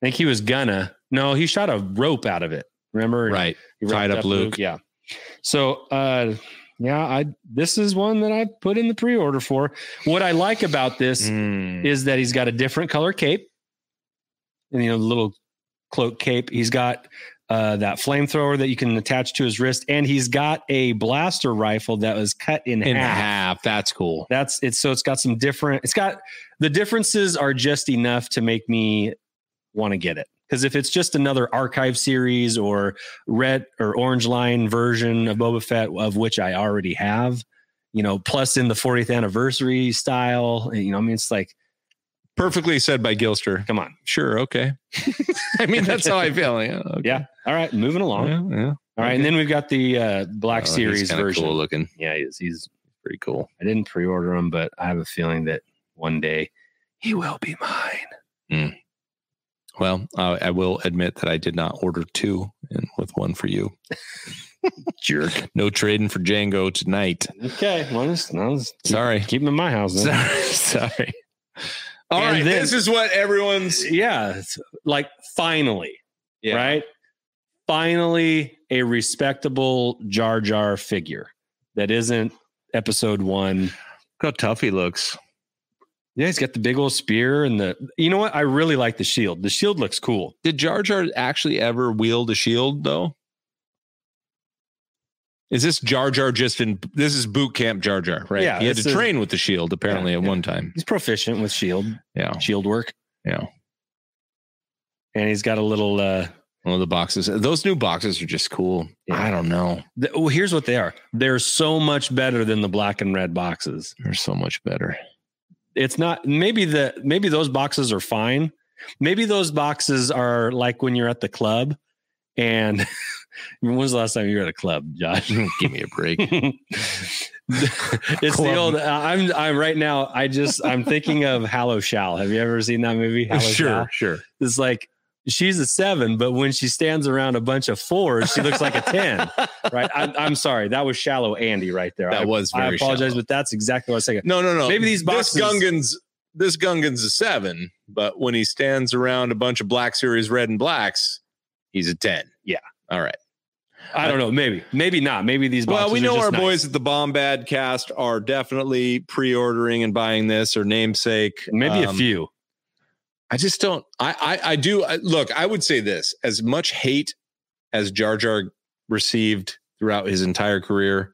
Speaker 2: I think he was gonna. No, he shot a rope out of it. Remember? And
Speaker 1: Right.
Speaker 2: he
Speaker 1: Tied
Speaker 2: wrapped
Speaker 1: up Luke.
Speaker 2: Yeah. So, uh, yeah, I this is one that I put in the pre-order for. What I like about this
Speaker 1: Mm.
Speaker 2: is that he's got a different color cape, and you know, the little cloak cape. He's got uh, that flamethrower that you can attach to his wrist, and he's got a blaster rifle that was cut in,
Speaker 1: In
Speaker 2: half.
Speaker 1: half. That's cool.
Speaker 2: That's it's so it's got some different. It's got the differences are just enough to make me want to get it. Because if it's just another archive series or red or orange line version of Boba Fett, of which I already have, you know, plus in the 40th anniversary style, eh, you know, I mean, it's like,
Speaker 1: Perfectly said by Gilster.
Speaker 2: come on,
Speaker 1: Sure. Okay. [laughs] I mean, that's how I feel. Yeah. okay.
Speaker 2: yeah, all right, moving along,
Speaker 1: Yeah, yeah.
Speaker 2: all right, and then we've got the uh, Black
Speaker 1: Oh, he's
Speaker 2: Series
Speaker 1: kinda
Speaker 2: version.
Speaker 1: Cool looking.
Speaker 2: Yeah, he's, he's.
Speaker 1: Pretty cool.
Speaker 2: I didn't pre-order him, but I have a feeling that one day he will be mine.
Speaker 1: Well, I I will admit that I did not order two and with one for you. Jerk. No trading for Django tonight.
Speaker 2: Okay, well, it's, no, it's- [laughs]
Speaker 1: Sorry.
Speaker 2: Keep them in my house. Then.
Speaker 1: Sorry. [laughs] Sorry. All
Speaker 2: And
Speaker 1: right,
Speaker 2: then-
Speaker 1: This is what everyone's.
Speaker 2: yeah, it's like finally,
Speaker 1: Yeah.
Speaker 2: right? Finally, a respectable Jar Jar figure that isn't Episode One.
Speaker 1: Look how tough he looks.
Speaker 2: Yeah, he's got the big old spear and the. You know what? I really like the shield. The shield looks cool.
Speaker 1: Did Jar Jar actually ever wield a shield, though? Is this Jar Jar just in? This is boot camp Jar Jar, right?
Speaker 2: Yeah,
Speaker 1: He had
Speaker 2: this
Speaker 1: to
Speaker 2: is-
Speaker 1: train with the shield apparently at
Speaker 2: yeah.
Speaker 1: one time.
Speaker 2: He's proficient with shield
Speaker 1: Yeah.
Speaker 2: shield work,
Speaker 1: Yeah.
Speaker 2: and he's got a little. uh
Speaker 1: One of the boxes. Those new boxes are just cool.
Speaker 2: Yeah.
Speaker 1: I don't know.
Speaker 2: th- oh, here's what they are. They're so much better than the black and red boxes.
Speaker 1: They're so much better.
Speaker 2: it's not maybe the maybe those boxes are fine maybe those boxes are like when you're at the club and [laughs] when was the last time you were at a club josh
Speaker 1: Give me a break.
Speaker 2: [laughs] it's the
Speaker 1: Club.
Speaker 2: old i'm i'm right now i just i'm thinking of hallow shall have you ever seen that movie hallow Shall?
Speaker 1: [laughs] sure.
Speaker 2: it's like she's a seven but when she stands around a bunch of fours she looks like a ten right I, i'm sorry that was shallow andy right there
Speaker 1: That
Speaker 2: I,
Speaker 1: was very
Speaker 2: I apologize
Speaker 1: shallow.
Speaker 2: but that's exactly what i was thinking
Speaker 1: No, no, no.
Speaker 2: Maybe these boxes-
Speaker 1: This Gungan's this Gungan's a seven, but when he stands around a bunch of black series red and blacks, he's a ten.
Speaker 2: Yeah.
Speaker 1: All right.
Speaker 2: i don't know maybe maybe not maybe these boxes
Speaker 1: Well, we
Speaker 2: are
Speaker 1: know
Speaker 2: just
Speaker 1: our
Speaker 2: nice.
Speaker 1: boys at the Bombad cast are definitely pre-ordering and buying this or namesake.
Speaker 2: maybe a
Speaker 1: Um,
Speaker 2: few
Speaker 1: I just don't. I I, I do I, look. I would say this: as much hate as Jar Jar received throughout his entire career,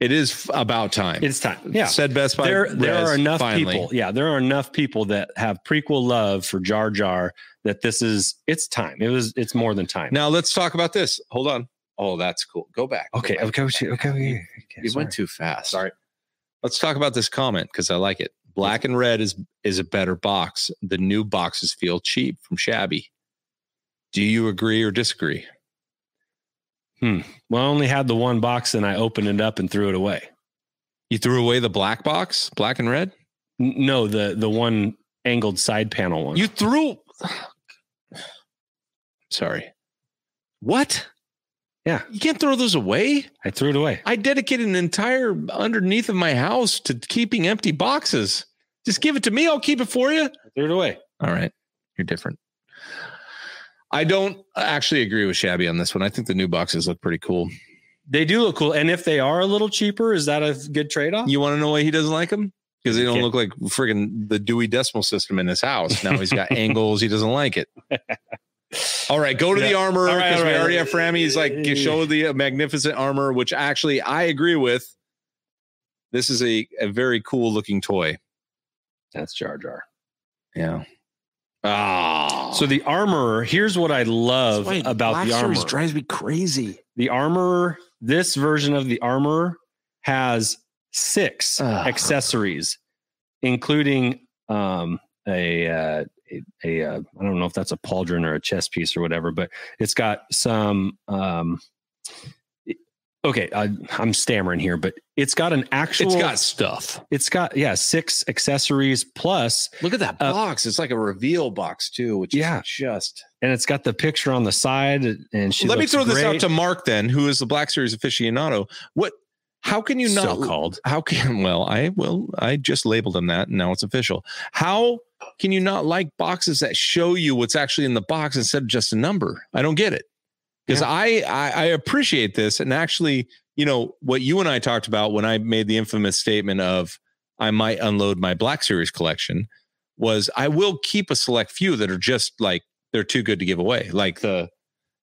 Speaker 1: it is f- about time.
Speaker 2: it's time yeah
Speaker 1: said best by
Speaker 2: there there
Speaker 1: Rez,
Speaker 2: are enough
Speaker 1: finally.
Speaker 2: people yeah there are enough people that have prequel love for jar jar that this is it's time it was it's more than time
Speaker 1: Now let's talk about this. Hold on. Oh, that's cool. Go back. Go
Speaker 2: okay
Speaker 1: back.
Speaker 2: okay okay, okay, okay,
Speaker 1: You went too fast.
Speaker 2: Sorry.
Speaker 1: Let's talk about this comment because I like it. Black and red is is a better box. The new boxes feel cheap from Shabby. Do you agree or disagree?
Speaker 2: well i only had the one box and i opened it up and threw it away
Speaker 1: You threw away the black box, black and red.
Speaker 2: N- no the the one angled side panel one
Speaker 1: You threw. [sighs] Sorry. What?
Speaker 2: Yeah.
Speaker 1: You can't throw those away.
Speaker 2: i threw it away
Speaker 1: I dedicated an entire underneath of my house to keeping empty boxes. Just give it to me. I'll keep it for you.
Speaker 2: i threw it away
Speaker 1: All right. You're different. I don't actually agree with Shabby on this one. I think the new boxes look pretty cool.
Speaker 2: they do look cool and if they are a little cheaper is that a good trade-off
Speaker 1: You want to know why he doesn't like them? Because they don't
Speaker 2: Yeah.
Speaker 1: look like friggin' the Dewey Decimal System in his house. Now he's
Speaker 2: [laughs]
Speaker 1: got angles. He doesn't like it. All right, go to the
Speaker 2: Yeah.
Speaker 1: armor
Speaker 2: All right,
Speaker 1: because
Speaker 2: all
Speaker 1: we
Speaker 2: right.
Speaker 1: already have Frammy. He's like,
Speaker 2: Yeah.
Speaker 1: show the uh, magnificent armor, which actually I agree with. This is a, a very cool looking toy.
Speaker 2: that's jar jar
Speaker 1: Yeah. Ah.
Speaker 2: So the armorer, here's what I love about the armorer. Drives me crazy. The armorer, this version of the armorer has six
Speaker 1: Ugh.
Speaker 2: accessories, including um, a uh, a, a uh, I don't know if that's a pauldron or a chess piece or whatever, but it's got some. Um, it- okay, I, I'm stammering here, but it's got an actual.
Speaker 3: it's got stuff.
Speaker 2: It's got yeah six accessories plus,
Speaker 3: Look at that
Speaker 2: Uh,
Speaker 3: box. It's like a reveal box too, which
Speaker 2: Yeah.
Speaker 3: is just
Speaker 2: and it's got the picture on the side. And she
Speaker 1: Let me
Speaker 2: looks
Speaker 1: throw this out
Speaker 2: great.
Speaker 1: to Mark then, who is the Black Series aficionado. What? How can you not?
Speaker 2: so called.
Speaker 1: how can? [laughs] Well, I will. I just labeled them that, and now it's official. How can you not like boxes that show you what's actually in the box instead of just a number? I don't get it. Because I, I I appreciate this, and actually, you know what you and I talked about when I made the infamous statement of I might unload my Black Series collection was I will keep a select few that are just like they're too good to give away. Like the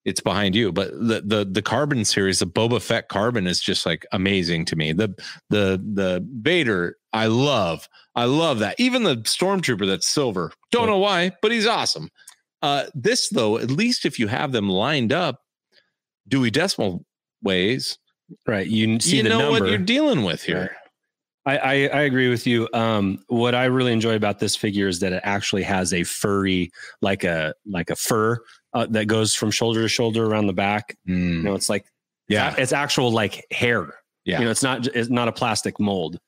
Speaker 1: it's behind you, but the the the carbon series, the Boba Fett carbon is just like amazing to me. The the the Vader, I love. I love that. Even the stormtrooper that's silver. Don't know why, but he's awesome. Uh this though, at least if you have them lined up Dewey Decimal ways,
Speaker 2: Right, you see
Speaker 1: you
Speaker 2: the
Speaker 1: know
Speaker 2: number.
Speaker 1: what you're dealing with here.
Speaker 2: Right. I, I I agree with you. Um, what I really enjoy about this figure is that it actually has a furry, like a like a fur uh, that goes from shoulder to shoulder around the back. You know, it's like
Speaker 1: Hmm. Mm. Yeah.
Speaker 2: it's actual like hair.
Speaker 1: Yeah.
Speaker 2: you know, it's not it's not a plastic mold.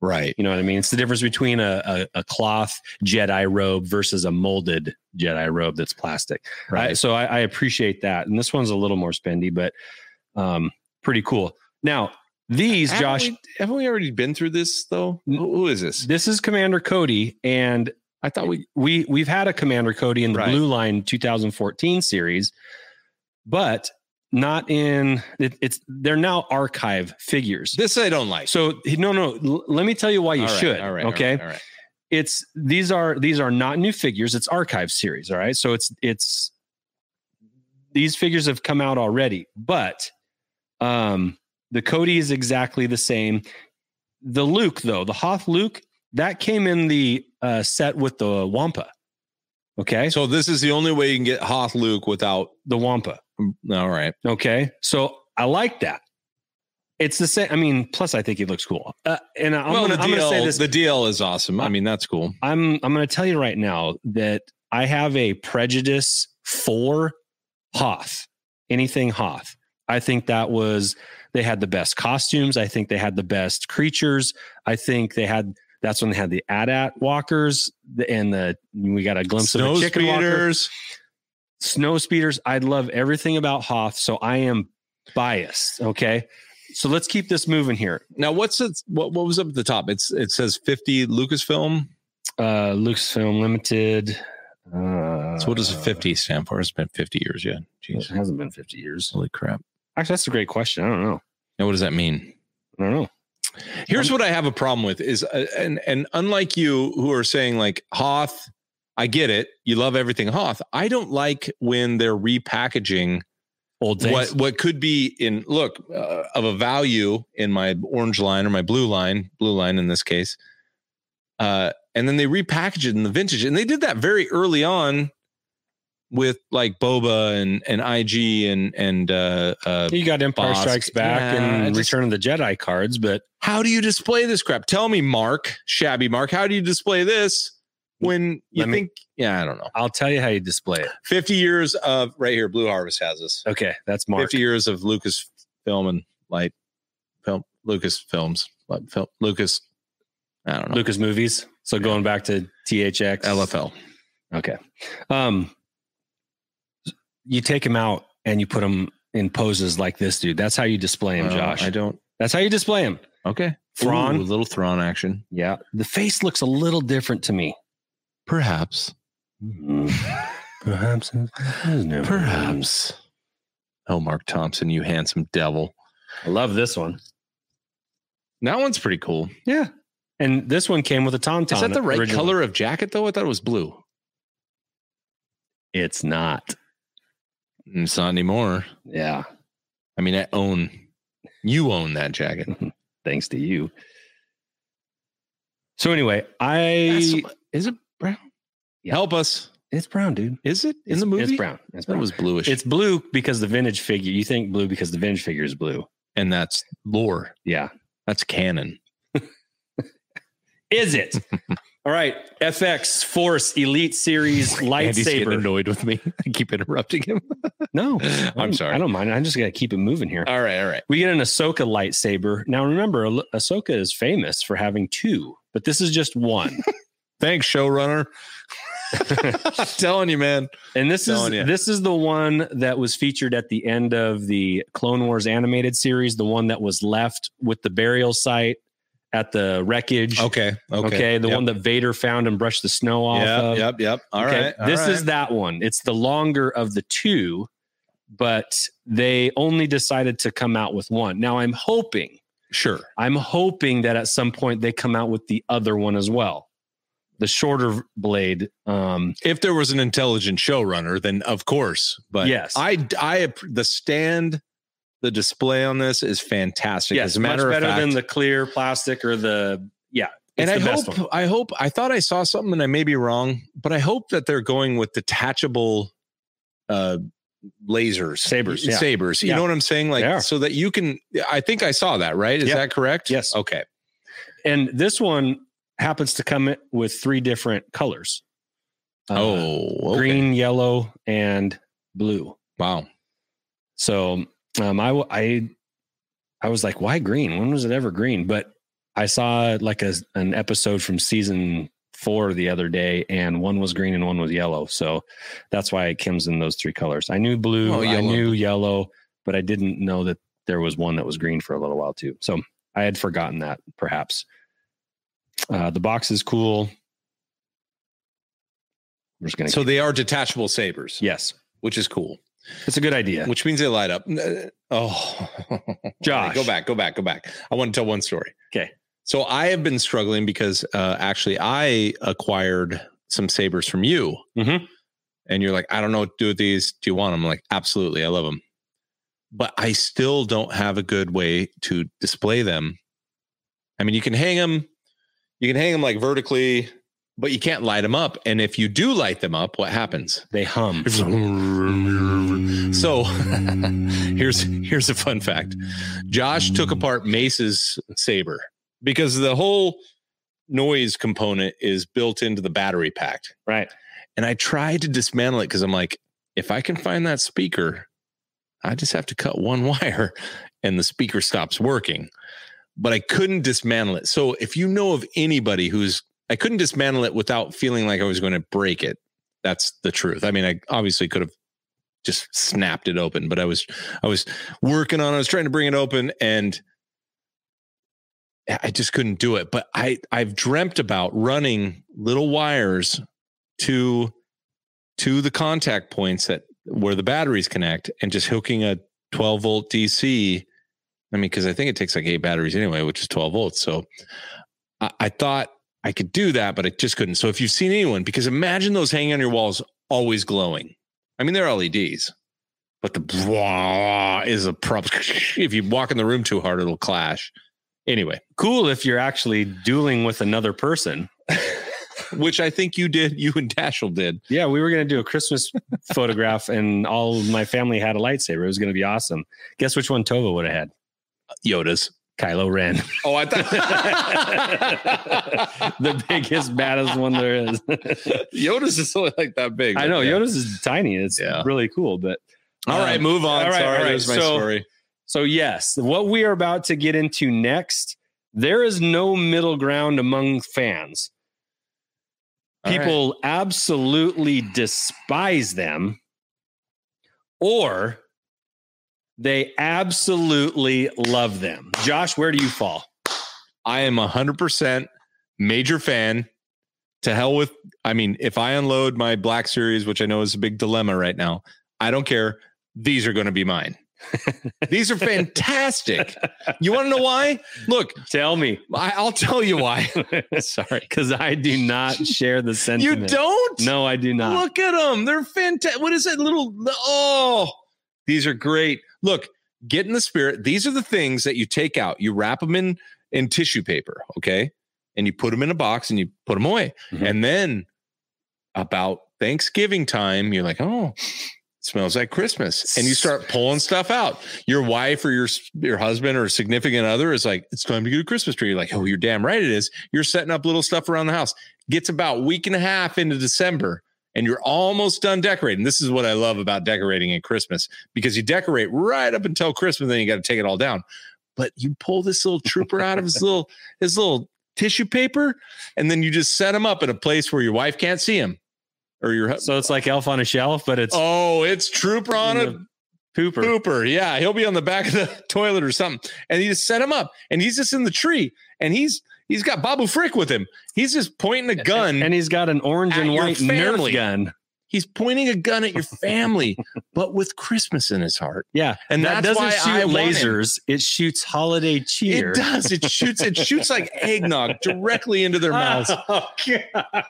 Speaker 1: Right.
Speaker 2: You know what I mean? It's the difference between a a, a cloth Jedi robe versus a molded Jedi robe that's plastic. I, so I, I appreciate that, and this one's a little more spendy, but um, pretty cool. Now these,
Speaker 1: Haven't
Speaker 2: Josh.
Speaker 1: we- haven't we already been through this though? Who, who is this?
Speaker 2: This is Commander Cody, and
Speaker 1: I thought we
Speaker 2: we we've had a Commander Cody in the
Speaker 1: Right.
Speaker 2: Blue Line 2014 series, but not in it, it's they're now archive figures.
Speaker 1: this I don't like.
Speaker 2: So no, no. l- let me tell you why you should. okay,
Speaker 1: all right.
Speaker 2: it's these are these are not new figures. It's archive series. All right, so it's it's these figures have come out already, but um, the Cody is exactly the same. The Luke though, the Hoth Luke that came in the uh, set with the Wampa. Okay,
Speaker 1: So this is the only way you can get Hoth Luke without.
Speaker 2: the Wampa.
Speaker 1: All right.
Speaker 2: Okay, so I like that. It's the same. I mean, plus I think he looks cool. Uh, and I'm
Speaker 1: well,
Speaker 2: gonna,
Speaker 1: the
Speaker 2: I'm gonna
Speaker 1: DL,
Speaker 2: say this.
Speaker 1: the DL is awesome. I mean, that's cool.
Speaker 2: I'm I'm going to tell you right now that I have a prejudice for Hoth. Anything Hoth. I think that was they had the best costumes. I think they had the best creatures. I think they had that's when they had the AT-AT walkers the- and the we got a glimpse of a chicken walker.
Speaker 1: speeders.
Speaker 2: Snow speeders. I love everything about Hoth, so I am biased. Okay, so let's keep this moving here.
Speaker 1: Now, what's it? What what was up at the top? It's it says fifty Lucasfilm.
Speaker 2: Uh, Lucasfilm Limited. Uh,
Speaker 1: so what does a fifty stand for? It's been fifty years yet.
Speaker 2: It
Speaker 1: Jeez,
Speaker 2: hasn't been 50 years.
Speaker 1: holy crap!
Speaker 2: Actually, that's a great question. I don't know.
Speaker 1: Now, what does that mean?
Speaker 2: I don't know.
Speaker 1: Here's what I have a problem with is uh, and and unlike you who are saying like Hoth, I get it. You love everything Hoth. I don't like when they're repackaging
Speaker 2: Old
Speaker 1: what what could be in look uh, of a value in my orange line or my blue line, blue line in this case. Uh, and then they repackage it in the vintage, and they did that very early on with like Boba and and IG and and uh, uh,
Speaker 2: You got Empire
Speaker 1: Bosk.
Speaker 2: Strikes Back
Speaker 1: Yeah, I
Speaker 2: and
Speaker 1: just-
Speaker 2: Return of the Jedi cards, but
Speaker 1: how do you display this crap? Tell me, Mark, shabby Mark, how do you display this when you
Speaker 2: Let me-
Speaker 1: think? yeah, I don't know.
Speaker 2: I'll tell you how you display it.
Speaker 1: Fifty years of right here, Blue Harvest has this.
Speaker 2: Okay, that's Mark.
Speaker 1: Fifty years of Lucas film and light film, Lucas films, like film, Lucas. I don't know.
Speaker 2: Lucas movies. So going back to THX.
Speaker 1: LFL.
Speaker 2: Okay. Um, you take him out and you put him in poses like this, dude. That's how you display him,
Speaker 1: Uh,
Speaker 2: Josh.
Speaker 1: I don't.
Speaker 2: That's how you display him.
Speaker 1: Okay.
Speaker 2: Thrawn.
Speaker 1: Ooh, little Thrawn action,
Speaker 2: Yeah. The face looks a little different to me.
Speaker 1: [laughs] perhaps.
Speaker 2: Perhaps.
Speaker 1: Perhaps. Oh, Mark Thompson, you handsome devil.
Speaker 2: I love this one.
Speaker 1: That one's pretty cool.
Speaker 2: Yeah. And this one came with a tom tom.
Speaker 1: Is that the right color of jacket though? I thought it was blue.
Speaker 2: It's not.
Speaker 1: It's not anymore.
Speaker 2: Yeah.
Speaker 1: I mean, I own you own that jacket.
Speaker 2: Thanks to you. So anyway, I
Speaker 1: That's- is it brown?
Speaker 2: Yeah.
Speaker 1: Help us.
Speaker 2: it's brown, dude.
Speaker 1: Is it in
Speaker 2: It's-
Speaker 1: the movie?
Speaker 2: It's brown. It's
Speaker 1: That
Speaker 2: brown.
Speaker 1: was bluish.
Speaker 2: it's blue because the vintage figure. You think blue because the vintage figure is blue.
Speaker 1: and that's lore.
Speaker 2: Yeah.
Speaker 1: That's canon. [laughs]
Speaker 2: Is it? All All right, FX Force Elite Series
Speaker 1: [laughs] Andy's getting
Speaker 2: lightsaber.
Speaker 1: annoyed with me. [laughs] I keep interrupting him.
Speaker 2: [laughs] No,
Speaker 1: I'm sorry.
Speaker 2: I don't mind. I just got to keep it moving here.
Speaker 1: All right, all right.
Speaker 2: We get an Ahsoka lightsaber. Now remember, Ah- Ahsoka is famous for having two, but this is just one.
Speaker 1: Thanks, showrunner. I'm [laughs] telling you, man.
Speaker 2: And this is
Speaker 1: Telling ya.
Speaker 2: this is the one that was featured at the end of the Clone Wars animated series, the one that was left with the burial site at the wreckage.
Speaker 1: Okay, okay.
Speaker 2: Okay, the
Speaker 1: Yep.
Speaker 2: one that Vader found and brushed the snow off
Speaker 1: Yep,
Speaker 2: of.
Speaker 1: yep, yep. All right.
Speaker 2: Okay,
Speaker 1: all
Speaker 2: this
Speaker 1: right.
Speaker 2: is that one. It's the longer of the two, but they only decided to come out with one. Now I'm hoping,
Speaker 1: sure.
Speaker 2: I'm hoping that at some point they come out with the other one as well. The shorter blade. Um,
Speaker 1: If there was an intelligent showrunner, then of course. But
Speaker 2: Yes.
Speaker 1: I, I, app- the stand, the display on this is fantastic.
Speaker 2: yes,
Speaker 1: As a
Speaker 2: much
Speaker 1: matter
Speaker 2: better
Speaker 1: of fact,
Speaker 2: than the clear plastic or the yeah.
Speaker 1: and
Speaker 2: it's
Speaker 1: I
Speaker 2: the best
Speaker 1: hope,
Speaker 2: one.
Speaker 1: I hope, I thought I saw something, and I may be wrong, but I hope that they're going with detachable uh lasers,
Speaker 2: Sabers, yeah.
Speaker 1: sabers. You
Speaker 2: Yeah.
Speaker 1: know what I'm saying? Like,
Speaker 2: They are.
Speaker 1: so that you can. I think I saw that. Right? Is
Speaker 2: Yeah.
Speaker 1: that correct?
Speaker 2: Yes.
Speaker 1: Okay.
Speaker 2: and this one happens to come with three different colors. Uh,
Speaker 1: oh, okay.
Speaker 2: green, yellow, and blue.
Speaker 1: Wow.
Speaker 2: So um, I w- I I was like, why green? When was it ever green? But I saw like a an episode from season four the other day, and one was green and one was yellow. So that's why it comes in those three colors. I knew blue,
Speaker 1: Oh,
Speaker 2: I
Speaker 1: yellow.
Speaker 2: knew yellow, but I didn't know that there was one that was green for a little while too. So I had forgotten that perhaps. Uh, the box is cool. I'm just gonna.
Speaker 1: So they are detachable sabers,
Speaker 2: yes,
Speaker 1: which is cool.
Speaker 2: it's a good idea.
Speaker 1: Which means they light up. N- Oh, [laughs]
Speaker 2: Josh.
Speaker 1: go back, go back, go back. I want to tell one story.
Speaker 2: Okay.
Speaker 1: So I have been struggling because uh, actually I acquired some sabers from you,
Speaker 2: Mhm.
Speaker 1: and you're like, I don't know what to do with these. Do you want them? I'm like, absolutely, I love them. But I still don't have a good way to display them. I mean, you can hang them, you can hang them like vertically, but you can't light them up. And if you do light them up, what happens?
Speaker 2: They hum.
Speaker 1: So [laughs] here's here's a fun fact. Josh took apart Mace's saber because the whole noise component is built into the battery pack.
Speaker 2: Right.
Speaker 1: And I tried to dismantle it because I'm like, if I can find that speaker, I just have to cut one [laughs] wire and the speaker stops working. But I couldn't dismantle it. So if you know of anybody who's I couldn't dismantle it without feeling like I was going to break it. That's the truth. I mean, I obviously could have just snapped it open, but I was I was working on it. I was trying to bring it open and I just couldn't do it. But I I've dreamt about running little wires to to the contact points that where the batteries connect and just hooking a 12 volt DC. I mean, because I think it takes like eight batteries anyway, which is 12 volts. So I, I thought I could do that, but I just couldn't. So if you've seen anyone, because imagine those hanging on your walls always glowing. I mean, they're LEDs, but the blah is a problem. If you walk in the room too hard, it'll clash. Anyway,
Speaker 2: cool if you're actually dueling with another person.
Speaker 1: which I think you did, [laughs] you and Dashel did.
Speaker 2: Yeah, we were going to do a Christmas [laughs] photograph, and all of my family had a lightsaber. It was going to be awesome. Guess which one Tova would have had?
Speaker 1: Yoda's.
Speaker 2: Kylo Ren, [laughs]
Speaker 1: Oh, I [laughs] thought
Speaker 2: the biggest, baddest one there
Speaker 1: [laughs]
Speaker 2: is.
Speaker 1: Yoda's is only like that big.
Speaker 2: I know
Speaker 1: Yeah.
Speaker 2: Yoda's is tiny. It's
Speaker 1: Yeah.
Speaker 2: really cool, but
Speaker 1: All right,
Speaker 2: Um,
Speaker 1: move on.
Speaker 2: all right,
Speaker 1: Sorry,
Speaker 2: all right.
Speaker 1: there's my
Speaker 2: So-
Speaker 1: story.
Speaker 2: So, yes, what we are about to get into next, there is no middle ground among fans.
Speaker 1: All right.
Speaker 2: People absolutely despise them, or they absolutely love them. Josh, where do you fall?
Speaker 1: I am 100% major fan. To hell with, I mean, if I unload my Black Series, which I know is a big dilemma right now, I don't care. These are going to be [laughs] mine. These are fantastic. You want to know why? Look,
Speaker 2: Tell me. [laughs]
Speaker 1: I, I'll tell you [laughs] why.
Speaker 2: Sorry. Because I do not share
Speaker 1: [laughs]
Speaker 2: the
Speaker 1: You
Speaker 2: sentiment.
Speaker 1: don't?
Speaker 2: No, I do not.
Speaker 1: Look at them. They're fantastic. What is that little? Oh, these are great. Look, get in the spirit. These are the things that you take out. You wrap them in in tissue paper, okay, and you put them in a box and you put them away.
Speaker 2: Mhm.
Speaker 1: And then about Thanksgiving time, you're like, oh. Smells like Christmas, and you start pulling stuff out. Your wife or your your husband or significant other is like, "It's time to get a Christmas tree." You're like, "Oh, you're damn right it is." You're setting up little stuff around the house gets about week and a half into December and you're almost done decorating. This is what I love about decorating at Christmas because you decorate right up until Christmas, then you got to take it all down. But you pull this little trooper out of [laughs] his little his little tissue paper, and then you just set him up in a place where your wife can't see him, or your hus-
Speaker 2: So it's like Elf on a Shelf, but it's
Speaker 1: oh, it's trooper on a
Speaker 2: the pooper.
Speaker 1: Pooper. Yeah, he'll be on the back of the [laughs] toilet or something. And you just set him up, and he's just in the tree, and he's he's got Babu Frick with him. He's just pointing a gun.
Speaker 2: and he's got an orange
Speaker 1: At
Speaker 2: and
Speaker 1: your
Speaker 2: white
Speaker 1: family.
Speaker 2: Nerf gun.
Speaker 1: he's pointing a gun at your family, but with Christmas in his heart.
Speaker 2: Yeah,
Speaker 1: And
Speaker 2: that
Speaker 1: that's
Speaker 2: doesn't
Speaker 1: why
Speaker 2: shoot
Speaker 1: I want him.
Speaker 2: lasers. It shoots holiday cheer.
Speaker 1: It does. It shoots. It shoots like
Speaker 2: [laughs]
Speaker 1: eggnog directly into their [laughs] mouths.
Speaker 2: Oh, God. I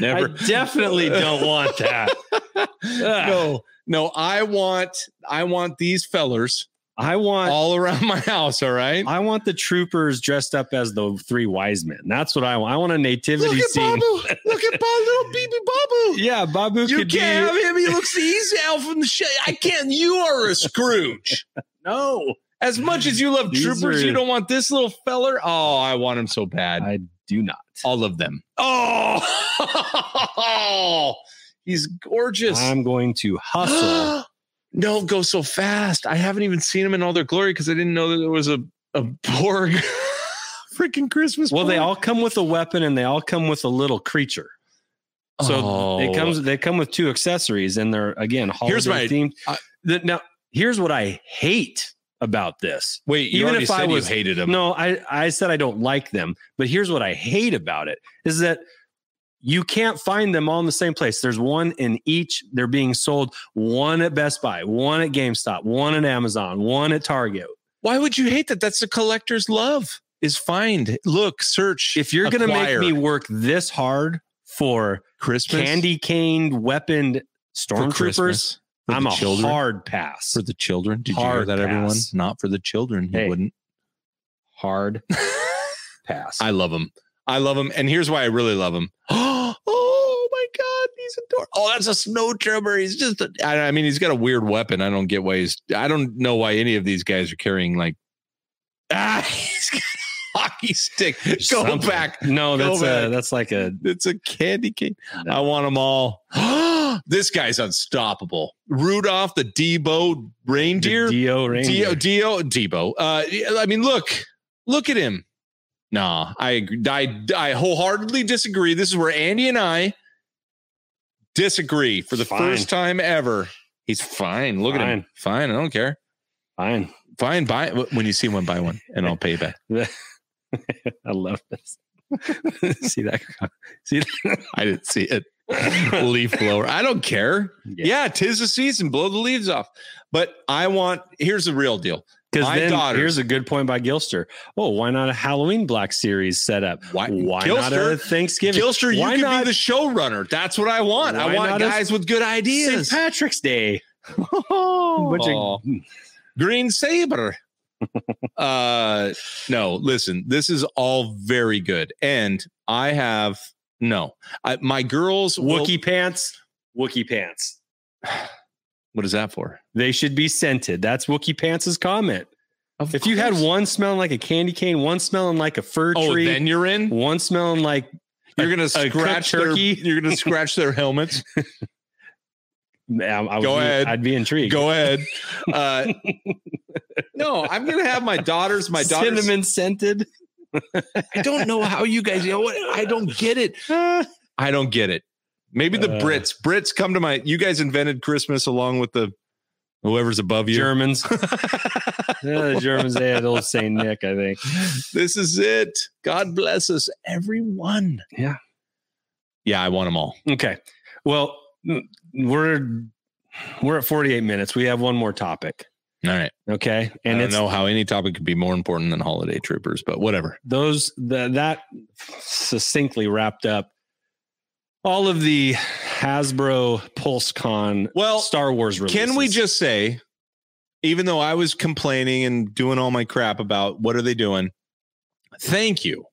Speaker 1: Never.
Speaker 2: definitely don't want [laughs] that. Ugh.
Speaker 1: no, no. I want. I want these fellers
Speaker 2: I want
Speaker 1: all around my house. All right.
Speaker 2: I want the troopers dressed up as the three wise men. That's what I want. I want a
Speaker 1: Look
Speaker 2: nativity
Speaker 1: at
Speaker 2: scene. [laughs]
Speaker 1: Babu. Look at Babu. Little baby Babu.
Speaker 2: Yeah, Babu
Speaker 1: You
Speaker 2: could
Speaker 1: can't
Speaker 2: be
Speaker 1: have him. He looks he's Alf in the shade. I can't. You are a Scrooge.
Speaker 2: no.
Speaker 1: As much as you love
Speaker 2: These
Speaker 1: troopers,
Speaker 2: are-
Speaker 1: you don't want this little feller. Oh, I want him so bad.
Speaker 2: I do not.
Speaker 1: All of them. Oh, [laughs] he's gorgeous.
Speaker 2: I'm going to
Speaker 1: [gasps]
Speaker 2: hustle.
Speaker 1: no, go so fast. I haven't even seen him in all their glory because I didn't know that there was a a Borg [laughs] freaking Christmas.
Speaker 2: well, they
Speaker 1: Borg.
Speaker 2: all come with a weapon and they all come with a little creature. So
Speaker 1: Oh.
Speaker 2: it comes. They come with two accessories, and they're again holiday
Speaker 1: Here's my-
Speaker 2: themed.
Speaker 1: I-
Speaker 2: The- now, here's what I hate about this.
Speaker 1: Wait, you
Speaker 2: even
Speaker 1: already
Speaker 2: if I
Speaker 1: said
Speaker 2: was-
Speaker 1: you hated him.
Speaker 2: No, I I said I don't like them, but here's what I hate about it is that you can't find them all in the same place. There's one in each. They're being sold one at Best Buy, one at GameStop, one at Amazon, one at Target.
Speaker 1: Why would you hate that? That's the collector's love. Is find, look, search.
Speaker 2: If you're going to make
Speaker 1: Acquire.
Speaker 2: me work this hard for
Speaker 1: Christmas
Speaker 2: candy caned, weaponed stormtroopers,
Speaker 1: Christmas, for
Speaker 2: I'm
Speaker 1: the
Speaker 2: a
Speaker 1: children,
Speaker 2: hard pass.
Speaker 1: for the children. Did
Speaker 2: Hard
Speaker 1: you hear that, everyone?
Speaker 2: pass.
Speaker 1: Not for the children. He
Speaker 2: Hey.
Speaker 1: wouldn't. [laughs]
Speaker 2: hard pass.
Speaker 1: I love him. I love him, and here's why I really love him. [gasps] oh my God, he's adorable. Oh, that's a snow trooper. He's just. A, I, I mean, he's got a weird weapon. I don't get why he's. I don't know why any of these guys are carrying like. [laughs] Ah, he's got a hockey stick. Go
Speaker 2: Something.
Speaker 1: back.
Speaker 2: No,
Speaker 1: Go
Speaker 2: that's a,
Speaker 1: back.
Speaker 2: that's like a
Speaker 1: It's a candy cane. I want them all. [gasps] this guy's unstoppable. Rudolph the Debo reindeer.
Speaker 2: Dio reindeer.
Speaker 1: Dio, Dio, Debo. Uh, I mean, look, look at him. Nah, I, agree- I, I wholeheartedly disagree. This is where Andy and I disagree for the
Speaker 2: Fine.
Speaker 1: first time ever. He's fine. Look at him. Fine. I don't care.
Speaker 2: Fine.
Speaker 1: Fine. Buy when you see one, buy one, and I'll pay you
Speaker 2: [laughs]
Speaker 1: back.
Speaker 2: I love this. [laughs]
Speaker 1: [laughs]
Speaker 2: See that? See that?
Speaker 1: [laughs] I didn't see it. [laughs] Leaf blower. I don't care. Yeah, tis the season. Blow the leaves off. But I want. Here's the real deal.
Speaker 2: Because
Speaker 1: My
Speaker 2: then
Speaker 1: daughter-
Speaker 2: here's a good point by Gilster. Oh, why not a Halloween Black Series setup?
Speaker 1: Why?
Speaker 2: Why not
Speaker 1: Gilster-
Speaker 2: a Thanksgiving?
Speaker 1: Gilster, you
Speaker 2: Why
Speaker 1: can
Speaker 2: not-
Speaker 1: be the showrunner. That's what I want. I
Speaker 2: Why
Speaker 1: want
Speaker 2: not a-
Speaker 1: guys with good
Speaker 2: St.
Speaker 1: ideas.
Speaker 2: Patrick's Day. Bunch of- mm,
Speaker 1: Oh. Green
Speaker 2: [laughs]
Speaker 1: Saber. uh no, listen, this is all very good. And I have no. I, my girls will-
Speaker 2: Wookie pants. Wookie pants.
Speaker 1: what is that for?
Speaker 2: They should be scented. That's Wookie Pants' comment.
Speaker 1: Of
Speaker 2: If you had
Speaker 1: course.
Speaker 2: one smelling like a candy cane, one smelling like a fir
Speaker 1: Oh,
Speaker 2: tree,
Speaker 1: then you're in.
Speaker 2: one smelling like
Speaker 1: You're gonna
Speaker 2: a cooked
Speaker 1: scratch their,
Speaker 2: turkey.
Speaker 1: [laughs] You're gonna scratch their helmets.
Speaker 2: I, I would
Speaker 1: Go
Speaker 2: be,
Speaker 1: ahead.
Speaker 2: I'd be intrigued.
Speaker 1: Go
Speaker 2: [laughs]
Speaker 1: ahead. Uh, no, I'm gonna have my daughters. My daughters. [laughs]
Speaker 2: Cinnamon scented.
Speaker 1: I don't know how you guys. You know what? I don't get it. I don't get it. Maybe the
Speaker 2: Uh.
Speaker 1: Brits. Brits come to my. You guys invented Christmas along with the whoever's above you.
Speaker 2: Germans. Yeah, the Germans, they had old Saint Nick, I think.
Speaker 1: [laughs] this is it. God bless us, everyone.
Speaker 2: Yeah.
Speaker 1: Yeah, I want them all.
Speaker 2: Okay. Well, m- we're we're at 48 minutes. We have one more topic.
Speaker 1: All right.
Speaker 2: Okay.
Speaker 1: And I
Speaker 2: And
Speaker 1: don't
Speaker 2: it's
Speaker 1: know how any topic could be more important than holiday troopers, but whatever.
Speaker 2: those the, that succinctly wrapped up all of the Hasbro PulseCon
Speaker 1: Well,
Speaker 2: Star Wars releases.
Speaker 1: Can we just say, even though I was complaining and doing all my crap about what are they doing, thank you.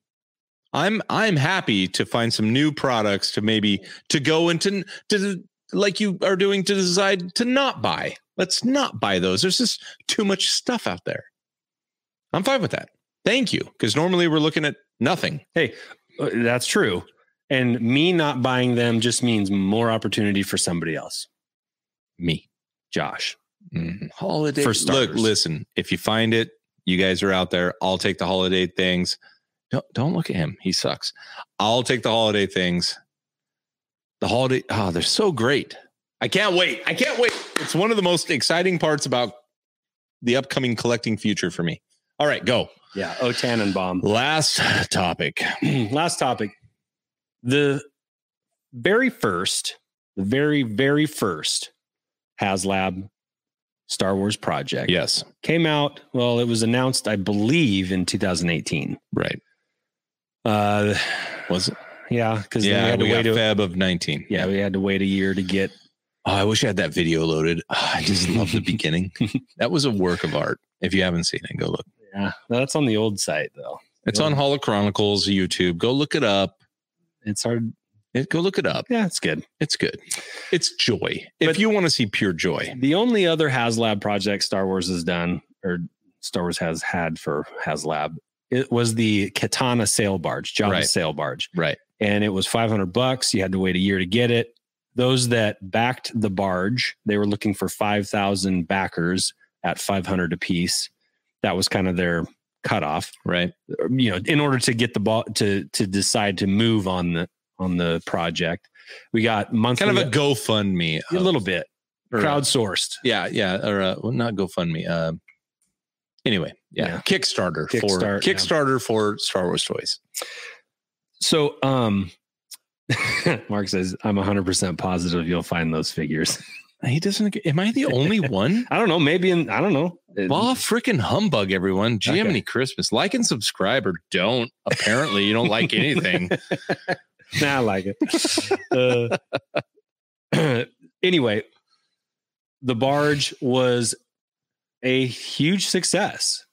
Speaker 1: I'm I'm happy to find some new products to maybe to go into to like you are doing to decide to not buy. Let's not buy those. There's just too much stuff out there. I'm fine with that. Thank you. Because normally we're looking at nothing.
Speaker 2: Uh, That's true. And me not buying them just means more opportunity for somebody else. Me, Josh.
Speaker 1: Mm.
Speaker 3: Holiday.
Speaker 2: For
Speaker 1: Look,
Speaker 2: starters.
Speaker 1: listen, if you find it, you guys are out there. I'll take the holiday things. Don't, don't look at him. He sucks. I'll take the holiday things. The holiday, oh, they're so great. I can't wait. I can't wait. It's one of the most exciting parts about the upcoming collecting future for me. All right, go.
Speaker 2: Yeah. O Tannenbaum.
Speaker 1: Last topic.
Speaker 2: [clears throat] Last topic. The very first, the very, very first HasLab Star Wars project
Speaker 1: Yes.
Speaker 2: came out. Well, it was announced, I believe, in 2018.
Speaker 1: Right.
Speaker 2: Uh,
Speaker 1: Was it?
Speaker 2: yeah, because we
Speaker 1: Yeah,
Speaker 2: had to
Speaker 1: we,
Speaker 2: wait.
Speaker 1: got
Speaker 2: A,
Speaker 1: Feb of 19.
Speaker 2: yeah, we had to wait a year to get
Speaker 1: Oh, I wish I had that video loaded. [sighs] Ah, I just love [laughs] the beginning. That was a work of art. If you haven't seen it, go look.
Speaker 2: Yeah, that's on the old site though.
Speaker 1: It's
Speaker 2: Yeah.
Speaker 1: on Holo Chronicles YouTube. Go look it up.
Speaker 2: It's hard.
Speaker 1: It, go look it up.
Speaker 2: Yeah, it's good.
Speaker 1: It's good. It's joy. If
Speaker 2: But-
Speaker 1: you want to see pure joy,
Speaker 2: The only other HasLab project Star Wars has done, or Star Wars has had for HasLab, it was the Katana sail barge, Java
Speaker 1: Right.
Speaker 2: sail barge,
Speaker 1: right?
Speaker 2: and it was 500 bucks. You had to wait a year to get it. Those that backed the barge, they were looking for 5,000 backers at 500 apiece. That was kind of their cutoff.
Speaker 1: Right.
Speaker 2: you know in order to get the ball to to decide to move on the on the project we got monthly
Speaker 1: Kind of a GoFundMe.
Speaker 2: a
Speaker 1: of-
Speaker 2: little bit
Speaker 1: or-
Speaker 2: crowdsourced
Speaker 1: Yeah, yeah. Or uh, well, not GoFundMe. Uh, anyway, yeah.
Speaker 2: Yeah.
Speaker 1: Kickstarter for
Speaker 2: Kickstart, yeah.
Speaker 1: Kickstarter for Star Wars toys.
Speaker 2: so um [laughs] mark says i'm 100% positive you'll find those figures
Speaker 1: He doesn't. Am I the [laughs] only one?
Speaker 2: i don't know maybe in i don't know It-
Speaker 1: Bah, freaking humbug, everyone. Jiminy Christmas. Like and subscribe or don't. Apparently, you don't like [laughs] anything.
Speaker 2: [laughs] nah, I like it. Uh, [clears throat] anyway, the barge was a huge success.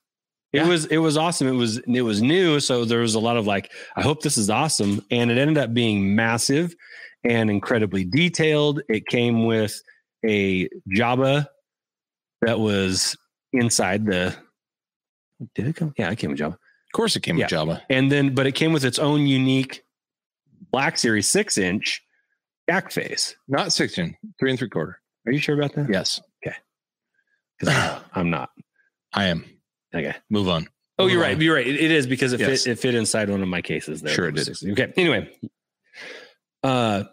Speaker 2: It
Speaker 1: Yeah.
Speaker 2: was it was awesome. It was it was new, so there was a lot of like, I hope this is awesome, and it ended up being massive and incredibly detailed. It came with a Jabba that was inside the. Did it come? Yeah, it came with Jabba
Speaker 1: Of course, it came with Java.
Speaker 2: and then but it came with its own unique black series six inch jack face
Speaker 1: Not sixteen, three and three quarter.
Speaker 2: are you sure about that
Speaker 1: [sighs] Yes,
Speaker 2: [laughs] 'Cause I'm- i'm not
Speaker 1: I am.
Speaker 2: okay
Speaker 1: Move on.
Speaker 2: oh you're
Speaker 1: Move
Speaker 2: right
Speaker 1: on.
Speaker 2: you're right it, it is because it
Speaker 1: Uh, Yes.
Speaker 2: fit it fit inside one of my cases there
Speaker 1: Sure it did.
Speaker 2: okay anyway uh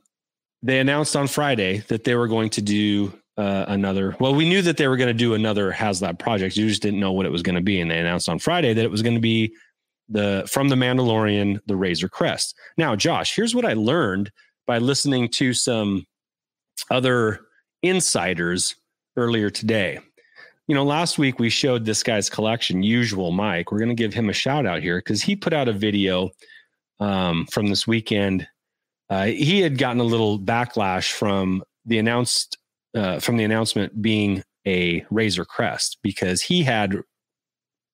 Speaker 2: they announced on friday that they were going to do uh, another well we knew that they were going to do another haslab project you just didn't know what it was going to be and they announced on friday that it was going to be the from the Mandalorian, the Razor Crest. Now, Josh, here's what I learned by listening to some other insiders earlier today. You know, last week we showed this guy's collection, Usual Mike. We're going to give him a shout out here because he put out a video um, from this weekend. Uh, he had gotten a little backlash from the announced uh, from the announcement being a Razor Crest because he had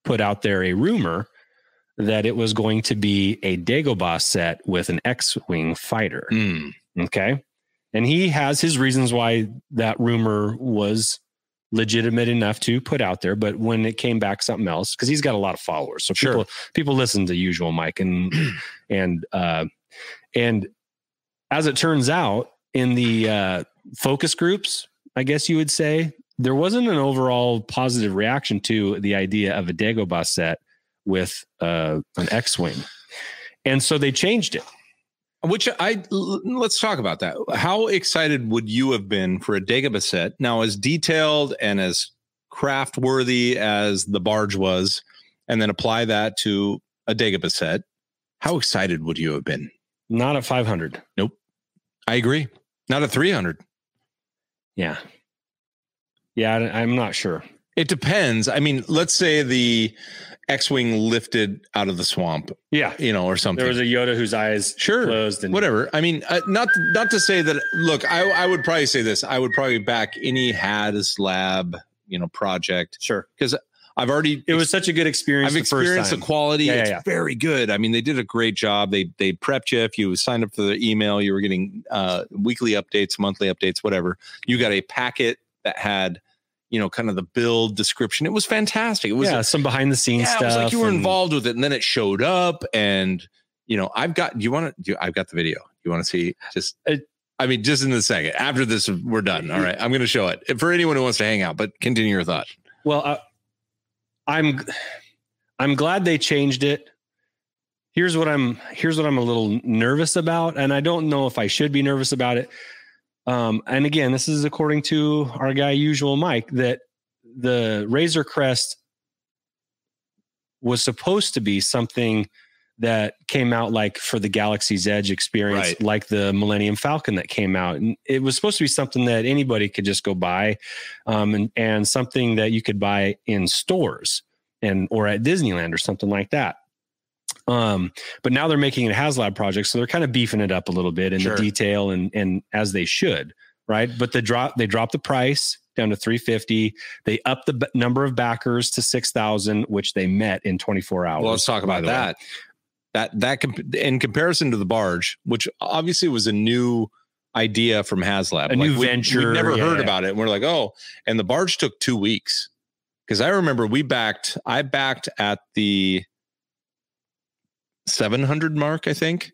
Speaker 2: put out there a rumor that it was going to be a Dagobah set with an X-wing fighter.
Speaker 1: Mm.
Speaker 2: Okay. And he has his reasons why that rumor was legitimate enough to put out there. But when it came back something else, because he's got a lot of followers. So
Speaker 1: Sure.
Speaker 2: people people listen to usual Mike and and uh and as it turns out, in the uh focus groups, I guess you would say, there wasn't an overall positive reaction to the idea of a Dagobah set with uh an X-Wing. And so they changed it.
Speaker 1: Which I l- let's talk about that. How excited would you have been for a Dagobah set? Now, as detailed and as craft worthy as the barge was, and then apply that to a Dagobah set. How excited would you have been?
Speaker 2: Not at 500.
Speaker 1: I agree. Not a three hundred.
Speaker 2: Yeah. Yeah, I, am not sure.
Speaker 1: It depends. I mean, let's say the X-wing lifted out of the swamp,
Speaker 2: Yeah.
Speaker 1: you know, or something.
Speaker 2: There was a Yoda whose eyes
Speaker 1: Sure.
Speaker 2: closed and
Speaker 1: Whatever. I mean, uh, not not to say that. Look, I I would probably say this. I would probably back any Hads Lab, you know, project.
Speaker 2: Sure.
Speaker 1: I've already
Speaker 2: It was such a good
Speaker 1: I've
Speaker 2: experience. the first
Speaker 1: experienced the
Speaker 2: time.
Speaker 1: quality.
Speaker 2: Yeah, yeah,
Speaker 1: it's
Speaker 2: yeah.
Speaker 1: very good. I mean, they did a great job. They they prepped you. If you signed up for the email, you were getting uh, weekly updates, monthly updates, whatever. You got a packet that had, you know, kind of the build description. It was fantastic. It was
Speaker 2: yeah, some behind the scenes
Speaker 1: yeah,
Speaker 2: stuff.
Speaker 1: it was like you were
Speaker 2: and-
Speaker 1: involved with it, and then it showed up, and you know, I've got. Do you want to? Do I've got the video? You want to see? Just.
Speaker 2: It-
Speaker 1: I mean, just in a second. After this, we're done. All right, I'm going to show it for anyone who wants to hang out. But continue your thought.
Speaker 2: Well, uh, I'm I'm glad they changed it. Here's what I'm here's what I'm a little nervous about, and I don't know if I should be nervous about it. Um, and again, this is according to our guy usual Mike that the Razor Crest was supposed to be something that came out like for the Galaxy's Edge experience,
Speaker 1: Right.
Speaker 2: like the Millennium Falcon that came out. And it was supposed to be something that anybody could just go buy um, and, and something that you could buy in stores and or at Disneyland or something like that. Um, but now they're making it a HasLab project, so they're kind of beefing it up a little bit in
Speaker 1: Sure.
Speaker 2: the detail and and as they should, right? But the drop they dropped the price down to 350. They upped the b- number of backers to 6,000, which they met in 24 hours.
Speaker 1: Well, let's talk
Speaker 2: by
Speaker 1: about
Speaker 2: the way.
Speaker 1: that. That that comp- in comparison to the barge, which obviously was a new idea from HasLab,
Speaker 2: A new
Speaker 1: we-
Speaker 2: venture,
Speaker 1: We'd never
Speaker 2: yeah,
Speaker 1: heard
Speaker 2: yeah.
Speaker 1: about it. And we're like, oh, and the barge took two weeks because I remember we backed. I backed at the seven hundred mark, I think,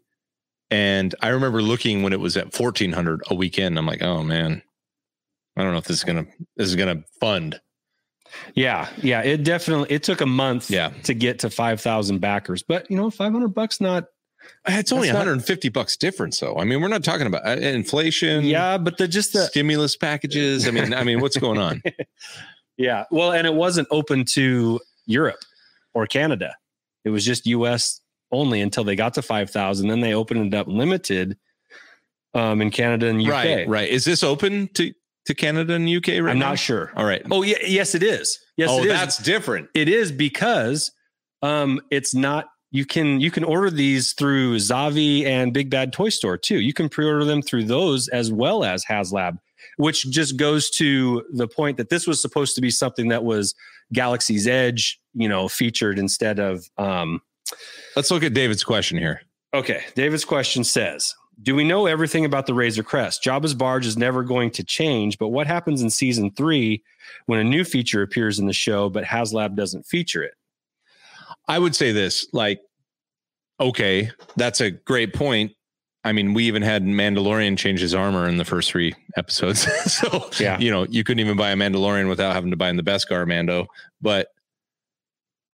Speaker 1: and I remember looking when it was at fourteen hundred a weekend. I'm like, oh man, I don't know if this is gonna this is gonna fund.
Speaker 2: Yeah, yeah, it definitely it took a month
Speaker 1: Yeah,
Speaker 2: to get to 5,000 backers, but you know, 500 bucks not
Speaker 1: Uh, it's only
Speaker 2: That's not-
Speaker 1: 150 bucks difference, though. I mean, we're not talking about uh, inflation.
Speaker 2: Yeah, but the just the
Speaker 1: stimulus packages. I mean, I mean, what's going [laughs] on?
Speaker 2: Yeah. Well, and it wasn't open to Europe or Canada. It was just US only until they got to 5,000. Then they opened it up limited um, in Canada and UK.
Speaker 1: Right, right. Is this open to to Canada and UK? Right,
Speaker 2: I'm
Speaker 1: now?
Speaker 2: not sure.
Speaker 1: All right.
Speaker 2: Oh, yeah, yes, it is. Yes,
Speaker 1: oh,
Speaker 2: it is.
Speaker 1: that's different.
Speaker 2: it is because um, it's not you can you can order these through Zavi and Big Bad Toy Store too. You can pre-order them through those as well as HasLab, which just goes to the point that this was supposed to be something that was Galaxy's Edge, you know, featured instead of um,
Speaker 1: Let's look at David's question here.
Speaker 2: Okay, David's question says, "Do we know everything about the Razor Crest? Jabba's barge is never going to change, but what happens in season 3 when a new feature appears in the show but HasLab doesn't feature it?"
Speaker 1: I would say this, like, okay, that's a great point. I mean, we even had Mandalorian change his armor in the first three episodes. [laughs] so,
Speaker 2: Yeah.
Speaker 1: you know, you couldn't even buy a Mandalorian without having to buy in the Beskar Mando. But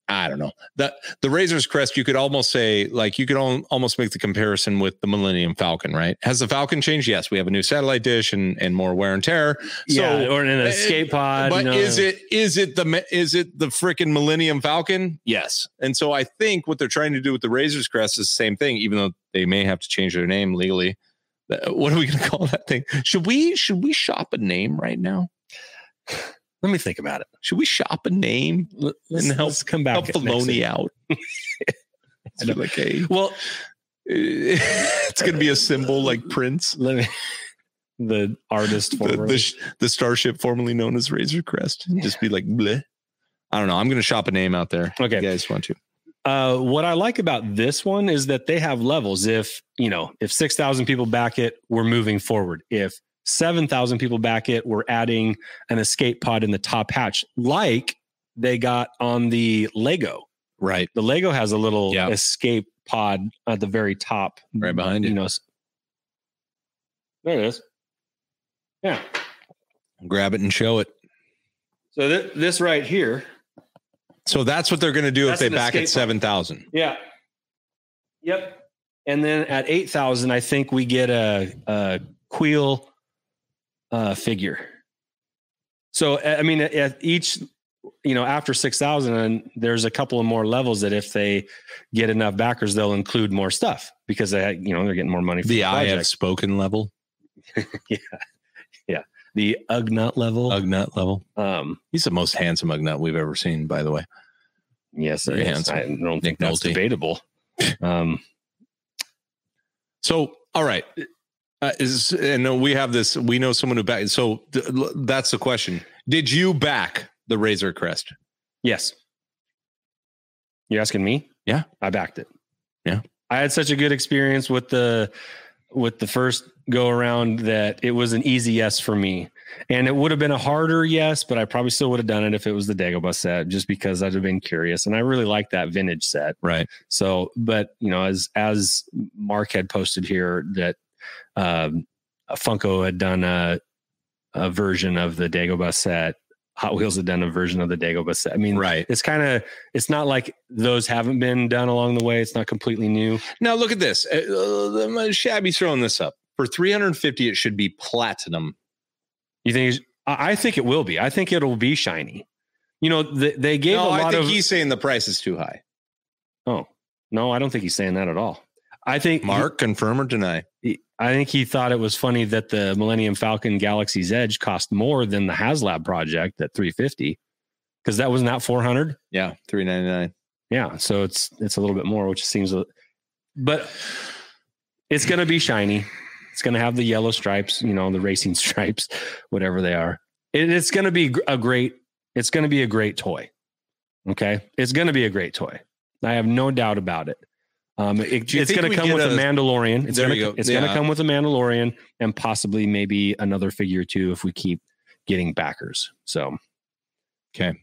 Speaker 1: I don't know. The, the Razor's Crest, you could almost say, like, you could al- almost make the comparison with the Millennium Falcon, right? Has the Falcon changed? Yes, we have a new satellite dish and, and more wear and tear. So,
Speaker 2: yeah, or in an
Speaker 1: uh,
Speaker 2: escape pod.
Speaker 1: but
Speaker 2: you know.
Speaker 1: is it is it the me- is it the freaking Millennium Falcon? Yes. And so I think what they're trying to do with the Razor's Crest is the same thing, even though they may have to change their name legally. Uh, What are we going to [laughs] call that thing? Should we should we shop a name right now?
Speaker 2: Let me think about it.
Speaker 1: Should we shop a name?
Speaker 2: Let, us
Speaker 1: help-
Speaker 2: come back.
Speaker 1: Help
Speaker 2: at next
Speaker 1: Filoni
Speaker 2: week. [laughs]
Speaker 1: out. It's gonna be like a- [laughs]
Speaker 2: Well,
Speaker 1: it's going to be a symbol like Prince,
Speaker 2: let me. [laughs] the artist for
Speaker 1: the, the, sh- the starship formerly known as Razor Crest. Just be like bleh. I don't know. I'm going to shop a name out there.
Speaker 2: Okay.
Speaker 1: You guys want to?
Speaker 2: Uh, what I like about this one is that they have levels. If you know, if six thousand people back it, we're moving forward. If seven thousand people back it, we're adding an escape pod in the top hatch, like they got on the Lego.
Speaker 1: Right.
Speaker 2: The Lego has a little
Speaker 1: Yeah.
Speaker 2: escape pod at the very top,
Speaker 1: Right behind
Speaker 2: you
Speaker 1: you.
Speaker 2: know. s- There it is. Yeah. Mm.
Speaker 1: grab it and show it.
Speaker 2: So th- this right here.
Speaker 1: So that's what they're going to do
Speaker 2: That's
Speaker 1: if
Speaker 2: an
Speaker 1: they back
Speaker 2: escape
Speaker 1: at
Speaker 2: pod.
Speaker 1: 7,000.
Speaker 2: Yeah. Yep. And then at eight thousand, I think we get a, a queel uh, figure. So I I mean, at each, you know, after six thousand, and there's a couple of more levels that if they get enough backers, they'll include more stuff because they, you know, they're getting more money. for
Speaker 1: The I have
Speaker 2: project.
Speaker 1: spoken level,
Speaker 2: the Ugnut level.
Speaker 1: Ugnut level.
Speaker 2: um,
Speaker 1: He's the most handsome Ugnut we've ever seen, by the way.
Speaker 2: yes,
Speaker 1: Very
Speaker 2: it is.
Speaker 1: handsome.
Speaker 2: I don't
Speaker 1: Nick
Speaker 2: think that's
Speaker 1: Nolte. [laughs]
Speaker 2: debatable. Um,
Speaker 1: So, all right. Uh, is, and we have this, we know someone who backed. So th- l- that's the question. Did you back the Razor Crest?
Speaker 2: Yes. You're asking me?
Speaker 1: Yeah.
Speaker 2: I backed it.
Speaker 1: Yeah.
Speaker 2: I had such a good experience with the with the first go around that it was an easy yes for me. And it would have been a harder yes, but I probably still would have done it if it was the Dagobah set, just because I'd have been curious. And I really like that vintage set.
Speaker 1: Right.
Speaker 2: So, but you know, as as Mark had posted here that um, Funko had done a a version of the Dagobah set. Hot Wheels had done a version of the Dagobah set. I mean,
Speaker 1: Right.
Speaker 2: it's kind of it's not like those haven't been done along the way. It's not completely new.
Speaker 1: Now look at this. Uh, uh, Shabby's throwing this up. For 350, it should be platinum.
Speaker 2: You think? it's- I I think it will be. I think it'll be shiny. You know, th- they gave
Speaker 1: No,
Speaker 2: a lot
Speaker 1: I think
Speaker 2: of.
Speaker 1: he's saying the price is too high.
Speaker 2: oh no, I don't think he's saying that at all. I think
Speaker 1: Mark, confirm or deny?
Speaker 2: he- I think he thought it was funny that the Millennium Falcon Galaxy's Edge cost more than the HasLab project at 350 because that was not 400.
Speaker 1: Yeah, 399.
Speaker 2: Yeah, so it's it's a little bit more, which seems, a- but it's gonna be shiny. It's gonna have the yellow stripes, you know, the racing [laughs] stripes, whatever they are. It, it's gonna be gr- a great. It's gonna be a great toy. Okay, it's gonna be a great toy. I have no doubt about it. Um, it-
Speaker 1: Do you
Speaker 2: it's
Speaker 1: think
Speaker 2: gonna
Speaker 1: we
Speaker 2: come
Speaker 1: get
Speaker 2: with a,
Speaker 1: a-
Speaker 2: Mandalorian. It's
Speaker 1: There
Speaker 2: gonna
Speaker 1: you go.
Speaker 2: it's
Speaker 1: Yeah.
Speaker 2: gonna come with a Mandalorian and possibly maybe another figure too if we keep getting backers. So
Speaker 1: Okay.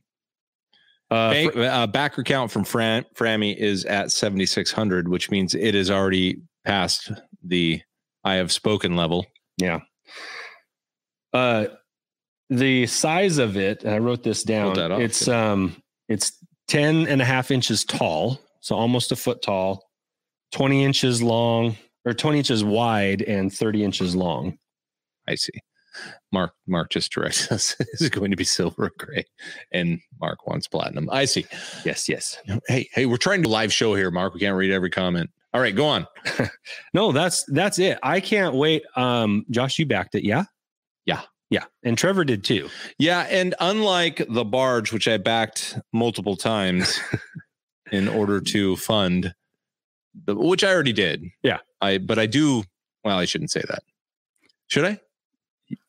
Speaker 2: Uh,
Speaker 1: Bank, uh, backer count from Fran, Frammy is at 7,600, which means it is already past the I have spoken level.
Speaker 2: uh the size of it and i wrote this down
Speaker 1: Hold that up.
Speaker 2: it's um it's 10 and a half inches tall so almost a foot tall 20 inches long or 20 inches wide and 30 inches long
Speaker 1: I see. Mark, Mark just directs [laughs] us. Is it going to be silver or gray? And Mark wants platinum. I see.
Speaker 2: yes yes
Speaker 1: Hey, hey, we're trying to live show here, Mark. We can't read every comment. All right, go on.
Speaker 2: no that's that's it i can't wait um josh you backed it yeah
Speaker 1: Yeah.
Speaker 2: yeah and trevor did too
Speaker 1: Yeah, and unlike the barge, which I backed multiple
Speaker 2: [laughs]
Speaker 1: times in order to fund, the- which I already did.
Speaker 2: Yeah.
Speaker 1: I but I do. Well, I shouldn't say that. Should I?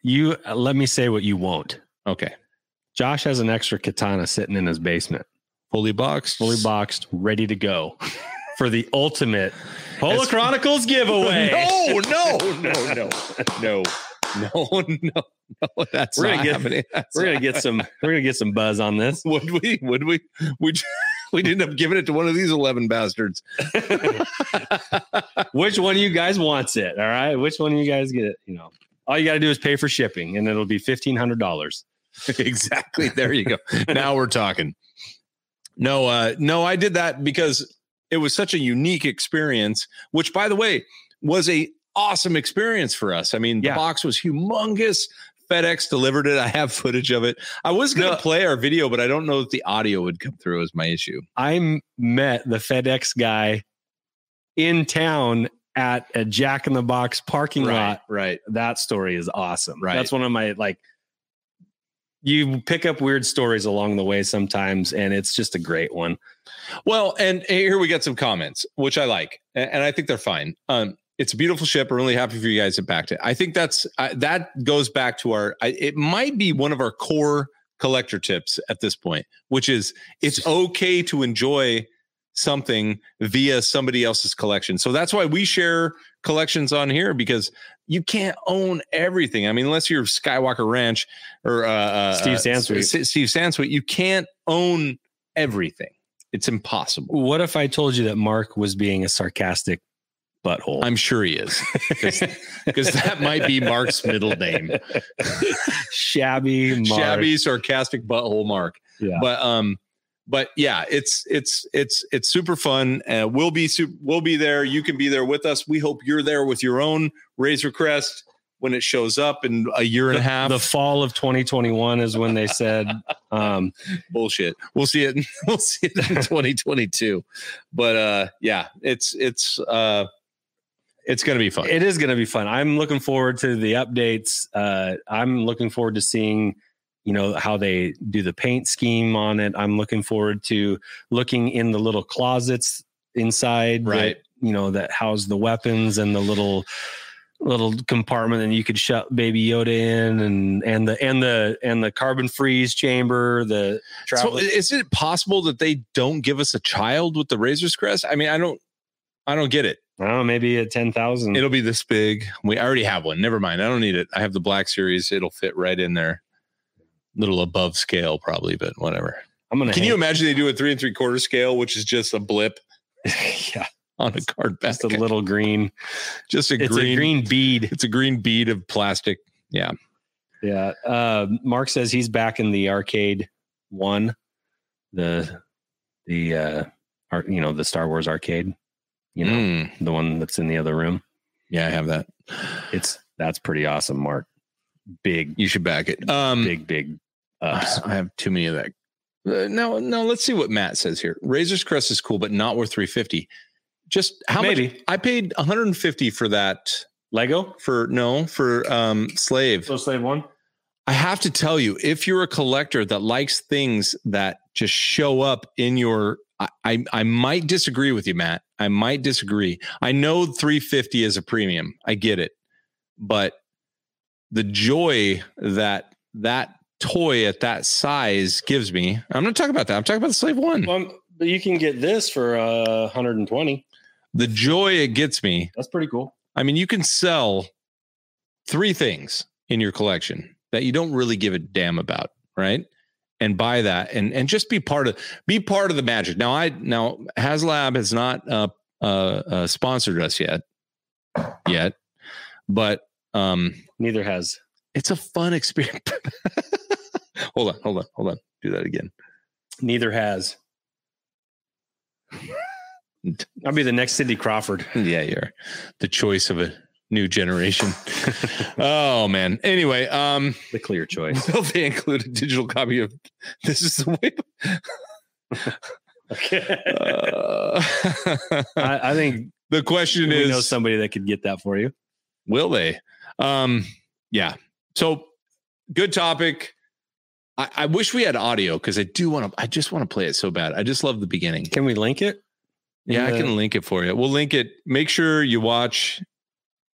Speaker 2: you uh, let me say what you won't
Speaker 1: Okay.
Speaker 2: josh has an extra katana sitting in his basement
Speaker 1: Fully boxed.
Speaker 2: fully boxed, ready to go [laughs] for the ultimate Polar Chronicles [laughs] giveaway.
Speaker 1: [laughs] No, no,
Speaker 2: [laughs]
Speaker 1: no, no, no, no, no, no. That's
Speaker 2: We're
Speaker 1: we're
Speaker 2: gonna
Speaker 1: not
Speaker 2: get-
Speaker 1: happening. [laughs] That's not-
Speaker 2: We're gonna get some. We're gonna get some buzz on this.
Speaker 1: Would we? Would we? We [laughs] we'd end up giving it to one of these eleven bastards.
Speaker 2: Which one of you guys wants it? All right. Which one of you guys get it? You know, all you gotta do is pay for shipping, and it'll be fifteen hundred dollars.
Speaker 1: [laughs] exactly. There
Speaker 2: [laughs]
Speaker 1: you go. now we're talking. No, uh, no, I did that because it was such a unique experience, which by the way, was a awesome experience for us. I mean, the
Speaker 2: Yeah.
Speaker 1: box was humongous. FedEx delivered it. I have footage of it. I was gonna
Speaker 2: No.
Speaker 1: play our video, but I don't know if the audio would come through as my issue.
Speaker 2: I m- met the FedEx guy in town at a Jack in the Box parking lot
Speaker 1: right.
Speaker 2: that story is awesome.
Speaker 1: Right.
Speaker 2: That's one of my like you pick up weird stories along the way sometimes and it's just a great one.
Speaker 1: Well, and eh, here we got some comments, which I like, a- and I think they're fine. Um, it's a beautiful ship. We're really happy for you guys that backed it. I think that's I, that goes back to our. I, it might be one of our core collector tips at this point, which is it's okay to enjoy something via somebody else's collection. So that's why we share collections on here because you can't own everything. I mean, unless you're Skywalker Ranch or uh, uh,
Speaker 2: Steve
Speaker 1: uh,
Speaker 2: Sansweet.
Speaker 1: S- Steve Sansweet, you can't own everything. It's impossible.
Speaker 2: What if I told you that Mark was being a sarcastic butthole? [laughs]
Speaker 1: I'm sure he is because that might be Mark's middle
Speaker 2: [laughs]
Speaker 1: name.
Speaker 2: shabby Mark.
Speaker 1: [laughs] Shabby, sarcastic butthole Mark.
Speaker 2: Yeah.
Speaker 1: But um, but yeah, it's it's it's it's super fun. Uh, we'll be super, we'll be there. You can be there with us. We hope you're there with your own Razor Crest when it shows up in a year and a half.
Speaker 2: The fall of 2021 is when they said um
Speaker 1: bullshit. We'll see it. [laughs] We'll see it
Speaker 2: [laughs]
Speaker 1: in 2022. But uh, yeah, it's it's uh, it's gonna be fun.
Speaker 2: it is going to be fun. I'm looking forward to the updates. Uh, I'm looking forward to seeing, you know, how they do the paint scheme on it. I'm looking forward to looking in the little closets inside, that,
Speaker 1: Right.
Speaker 2: you know, that house the weapons and the little little compartment and you could shut baby yoda in and and the and the and the carbon freeze chamber the
Speaker 1: So
Speaker 2: travel
Speaker 1: i- is it possible that they don't give us a child with the razor's crest? I mean, I don't, I don't get it.
Speaker 2: I don't know, maybe at 10,000.
Speaker 1: It'll be this big. We I already have one. Never mind. I don't need it. I have the black series. It'll fit right in there. Little above scale, probably, but whatever.
Speaker 2: I'm going to
Speaker 1: Can you imagine they do a three and three quarter scale, which is just a blip
Speaker 2: [laughs] yeah,
Speaker 1: on a card back?
Speaker 2: just a little green.
Speaker 1: just a
Speaker 2: It's
Speaker 1: green,
Speaker 2: a green bead.
Speaker 1: It's a green bead of plastic.
Speaker 2: Yeah. Uh, Mark says he's back in the arcade one, the, the, uh, ar- you know, the Star Wars arcade, you know,
Speaker 1: Mm.
Speaker 2: the one that's in the other room.
Speaker 1: Yeah, I have that.
Speaker 2: It's, that's pretty awesome, Mark. Big,
Speaker 1: You should back it. Um,
Speaker 2: big, big ups.
Speaker 1: I have too many of that. Uh, no, no. Let's see what Matt says here. Razor's Crest is cool, but not worth three fifty. Just how much?
Speaker 2: maybe.
Speaker 1: I paid one hundred and fifty for that.
Speaker 2: Lego?
Speaker 1: For no, for um, slave.
Speaker 2: So slave one?
Speaker 1: I have to tell you, if you're a collector that likes things that just show up in your, I, I, I might disagree with you, Matt. I might disagree. I know 350 is a premium. I get it, but the joy that that toy at that size gives me. I'm not talking about that. I'm talking about the slave one.
Speaker 2: Mm. Well, but you can get this for uh, 120.
Speaker 1: The joy it gets me
Speaker 2: That's pretty cool.
Speaker 1: I mean, you can sell three things in your collection that you don't really give a damn about, right? And buy that and and just be part of be part of the magic. Now I now HasLab has not uh, uh, uh, sponsored us yet, yet, but um,
Speaker 2: Neither has.
Speaker 1: it's a fun experience. [laughs] hold on, hold on, hold on. Do that again.
Speaker 2: Neither [laughs] has. I'll be the next Cindy Crawford.
Speaker 1: yeah, you're the choice of a new generation. oh man. Anyway, um.
Speaker 2: The
Speaker 1: [laughs]
Speaker 2: clear choice.
Speaker 1: Will they include a digital copy of this is the way?
Speaker 2: [laughs] Okay.
Speaker 1: Uh, [laughs]
Speaker 2: I, I think
Speaker 1: the question
Speaker 2: we know
Speaker 1: is,
Speaker 2: somebody that could get that for you.
Speaker 1: will they? Um, yeah. So good topic. I, I wish we had audio because I do want to, I just want to play it so bad. I just love the beginning.
Speaker 2: Can we link it?
Speaker 1: Yeah, I
Speaker 2: the-
Speaker 1: can link it for you. We'll link it. Make sure you watch.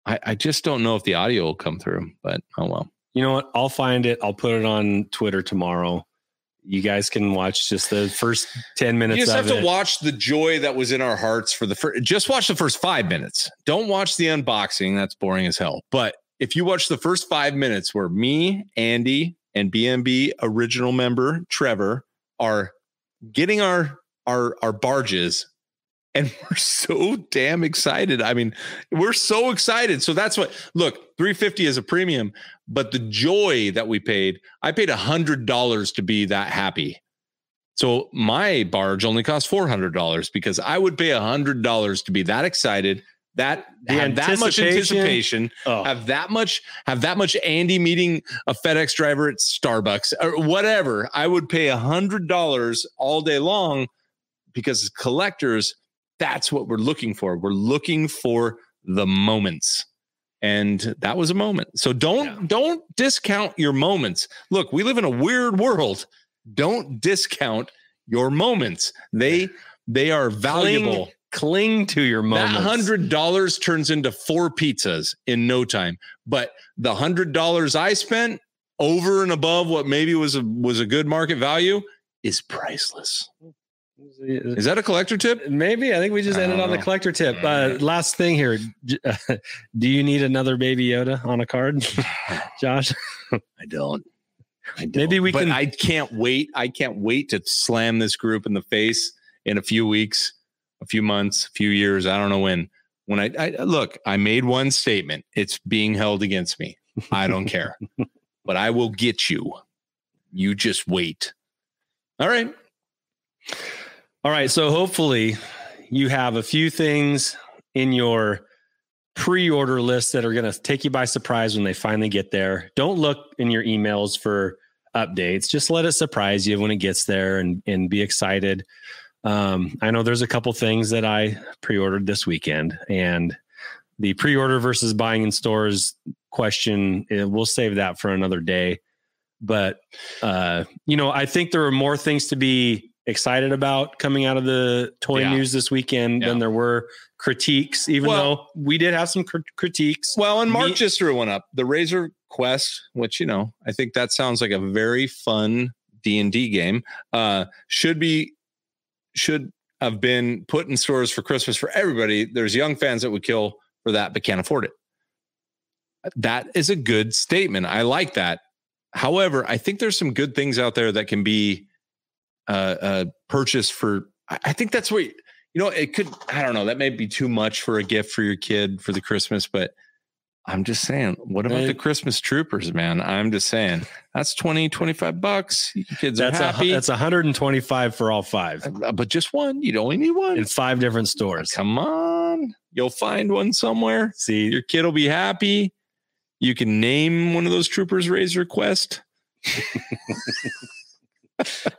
Speaker 1: I, I just don't know if the audio will come through, but oh well.
Speaker 2: You know what? I'll find it. I'll put it on Twitter tomorrow. You guys can watch just the first 10 minutes
Speaker 1: you just
Speaker 2: of
Speaker 1: have
Speaker 2: it.
Speaker 1: to watch the joy that was in our hearts for the first just watch the first five minutes don't watch the unboxing that's boring as hell but if you watch the first five minutes where me andy and bmb original member trevor are getting our our our barges and [laughs] we're so damn excited i mean we're so excited so that's what look 350 is a premium but the joy that we paid i paid a hundred dollars to be that happy so my barge only cost four hundred dollars because I would pay hundred dollars to be that excited, that
Speaker 2: The
Speaker 1: have that much
Speaker 2: anticipation.
Speaker 1: anticipation,
Speaker 2: Oh,
Speaker 1: have that much, have that much Andy meeting a FedEx driver at Starbucks or whatever. I would pay hundred dollars all day long because as collectors, that's what we're looking for. We're looking for the moments. And that was a moment. So don't
Speaker 2: Yeah.
Speaker 1: don't discount your moments. Look, we live in a weird world. Don't discount your moments. They they are valuable.
Speaker 2: cling to your moments.
Speaker 1: That hundred dollars turns into four pizzas in no time. But the hundred dollars I spent over and above what maybe was a was a good market value is priceless. Is that a collector tip?
Speaker 2: Maybe I think we just
Speaker 1: I
Speaker 2: ended
Speaker 1: don't
Speaker 2: on the
Speaker 1: know.
Speaker 2: collector tip. Uh, last thing here, J- [laughs] uh, do you need another Baby Yoda on a card, [laughs]
Speaker 1: [laughs]
Speaker 2: Josh?
Speaker 1: I don't. I don't.
Speaker 2: Maybe we
Speaker 1: But
Speaker 2: can-
Speaker 1: I can't wait. I can't wait to slam this group in the face in a few weeks, a few months, a few years. I don't know when. When I, I look, I made one statement. It's being held against me. I don't
Speaker 2: [laughs]
Speaker 1: care, but I will get you. You just wait. All right.
Speaker 2: All right, so hopefully you have a few things in your pre-order list that are going to take you by surprise when they finally get there. Don't look in your emails for updates. Just let it surprise you when it gets there and and be excited. Um, I know there's a couple things that I pre-ordered this weekend and the pre-order versus buying in stores question eh, we'll save that for another day. But uh, you know, I think there are more things to be excited about coming out of the toy
Speaker 1: Yeah.
Speaker 2: news this weekend
Speaker 1: Yeah.
Speaker 2: than there were critiques, even
Speaker 1: Well-
Speaker 2: though we did have some cr- critiques.
Speaker 1: Well, and Mark
Speaker 2: Me-
Speaker 1: just threw one up. The Razor Quest, which you know, I think that sounds like a very fun D and D game. Uh, should be should have been put in stores for Christmas for everybody. There's young fans that would kill for that, but can't afford it. That is a good statement. I like that. However, I think there's some good things out there that can be uh, uh, purchased for. I I think that's what you know. It could. I don't know. That may be too much for a gift for your kid for the Christmas, but I'm just saying. What about
Speaker 2: Right.
Speaker 1: the Christmas troopers, man? I'm just saying. That's 20, 25 bucks. Your kids
Speaker 2: That's
Speaker 1: are
Speaker 2: a,
Speaker 1: happy.
Speaker 2: that's 125 for all five
Speaker 1: Uh, but just one. You'd only need one.
Speaker 2: in five different stores.
Speaker 1: Come on. You'll find one somewhere.
Speaker 2: See,
Speaker 1: Your kid will be happy. You can name one of those troopers raise request.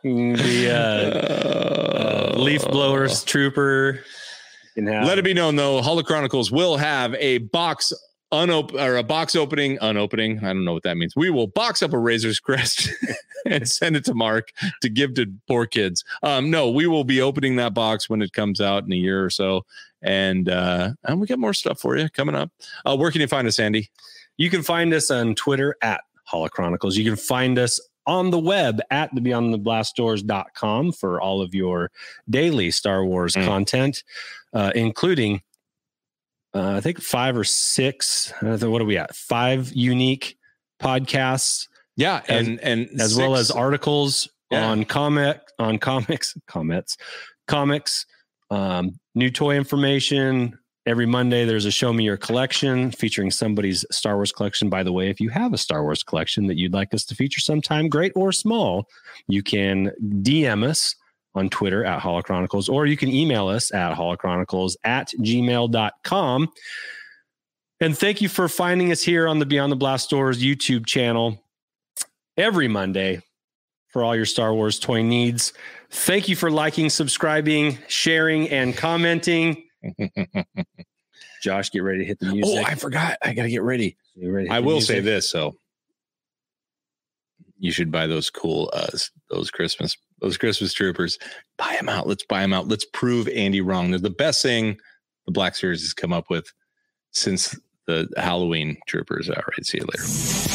Speaker 2: the uh, uh,
Speaker 1: [laughs] Uh,
Speaker 2: leaf blowers trooper. Can have
Speaker 1: Let it be known though, Holo Chronicles will have a box unop or a box opening, unopening. I don't know what that means. We will box up a Razor's Crest [laughs] and send it to Mark to give to poor kids. Um, no, we will be opening that box when it comes out in a year or so. And uh, and we got more stuff for you coming up. Uh, where can you find us, Andy?
Speaker 2: You can find us on Twitter at Holochronicles. You can find us on the web at the beyondtheblastdoors.com for all of your daily Star Wars
Speaker 1: Mm.
Speaker 2: content, uh, including uh, I think five or six. I don't know, what are we at? Five unique podcasts,
Speaker 1: Yeah,
Speaker 2: As-
Speaker 1: and and
Speaker 2: as well as
Speaker 1: six-
Speaker 2: articles
Speaker 1: Yeah.
Speaker 2: on comic on comics, [laughs] comments, comics, um, new toy information. Every Monday, there's a Show Me Your Collection featuring somebody's Star Wars collection. By the way, if you have a Star Wars collection that you'd like us to feature sometime, great or small, you can DM us on Twitter at Holochronicles, or you can email us at holochronicles at gmail.com. And thank you for finding us here on the Beyond the Blast Doors YouTube channel every Monday for all your Star Wars toy needs. Thank you for liking, subscribing, sharing,
Speaker 1: [laughs]
Speaker 2: and commenting. Josh, get ready to hit the
Speaker 1: oh,
Speaker 2: music.
Speaker 1: I forgot. I gotta get ready.
Speaker 2: You ready to
Speaker 1: I
Speaker 2: hit the
Speaker 1: will say
Speaker 2: music?
Speaker 1: this, so you should buy those cool uh s- those Christmas those Christmas troopers. Buy them out. Let's buy them out. Let's prove Andy wrong. They're the best thing the Black Series has come up with since the Halloween troopers. All right, see you later.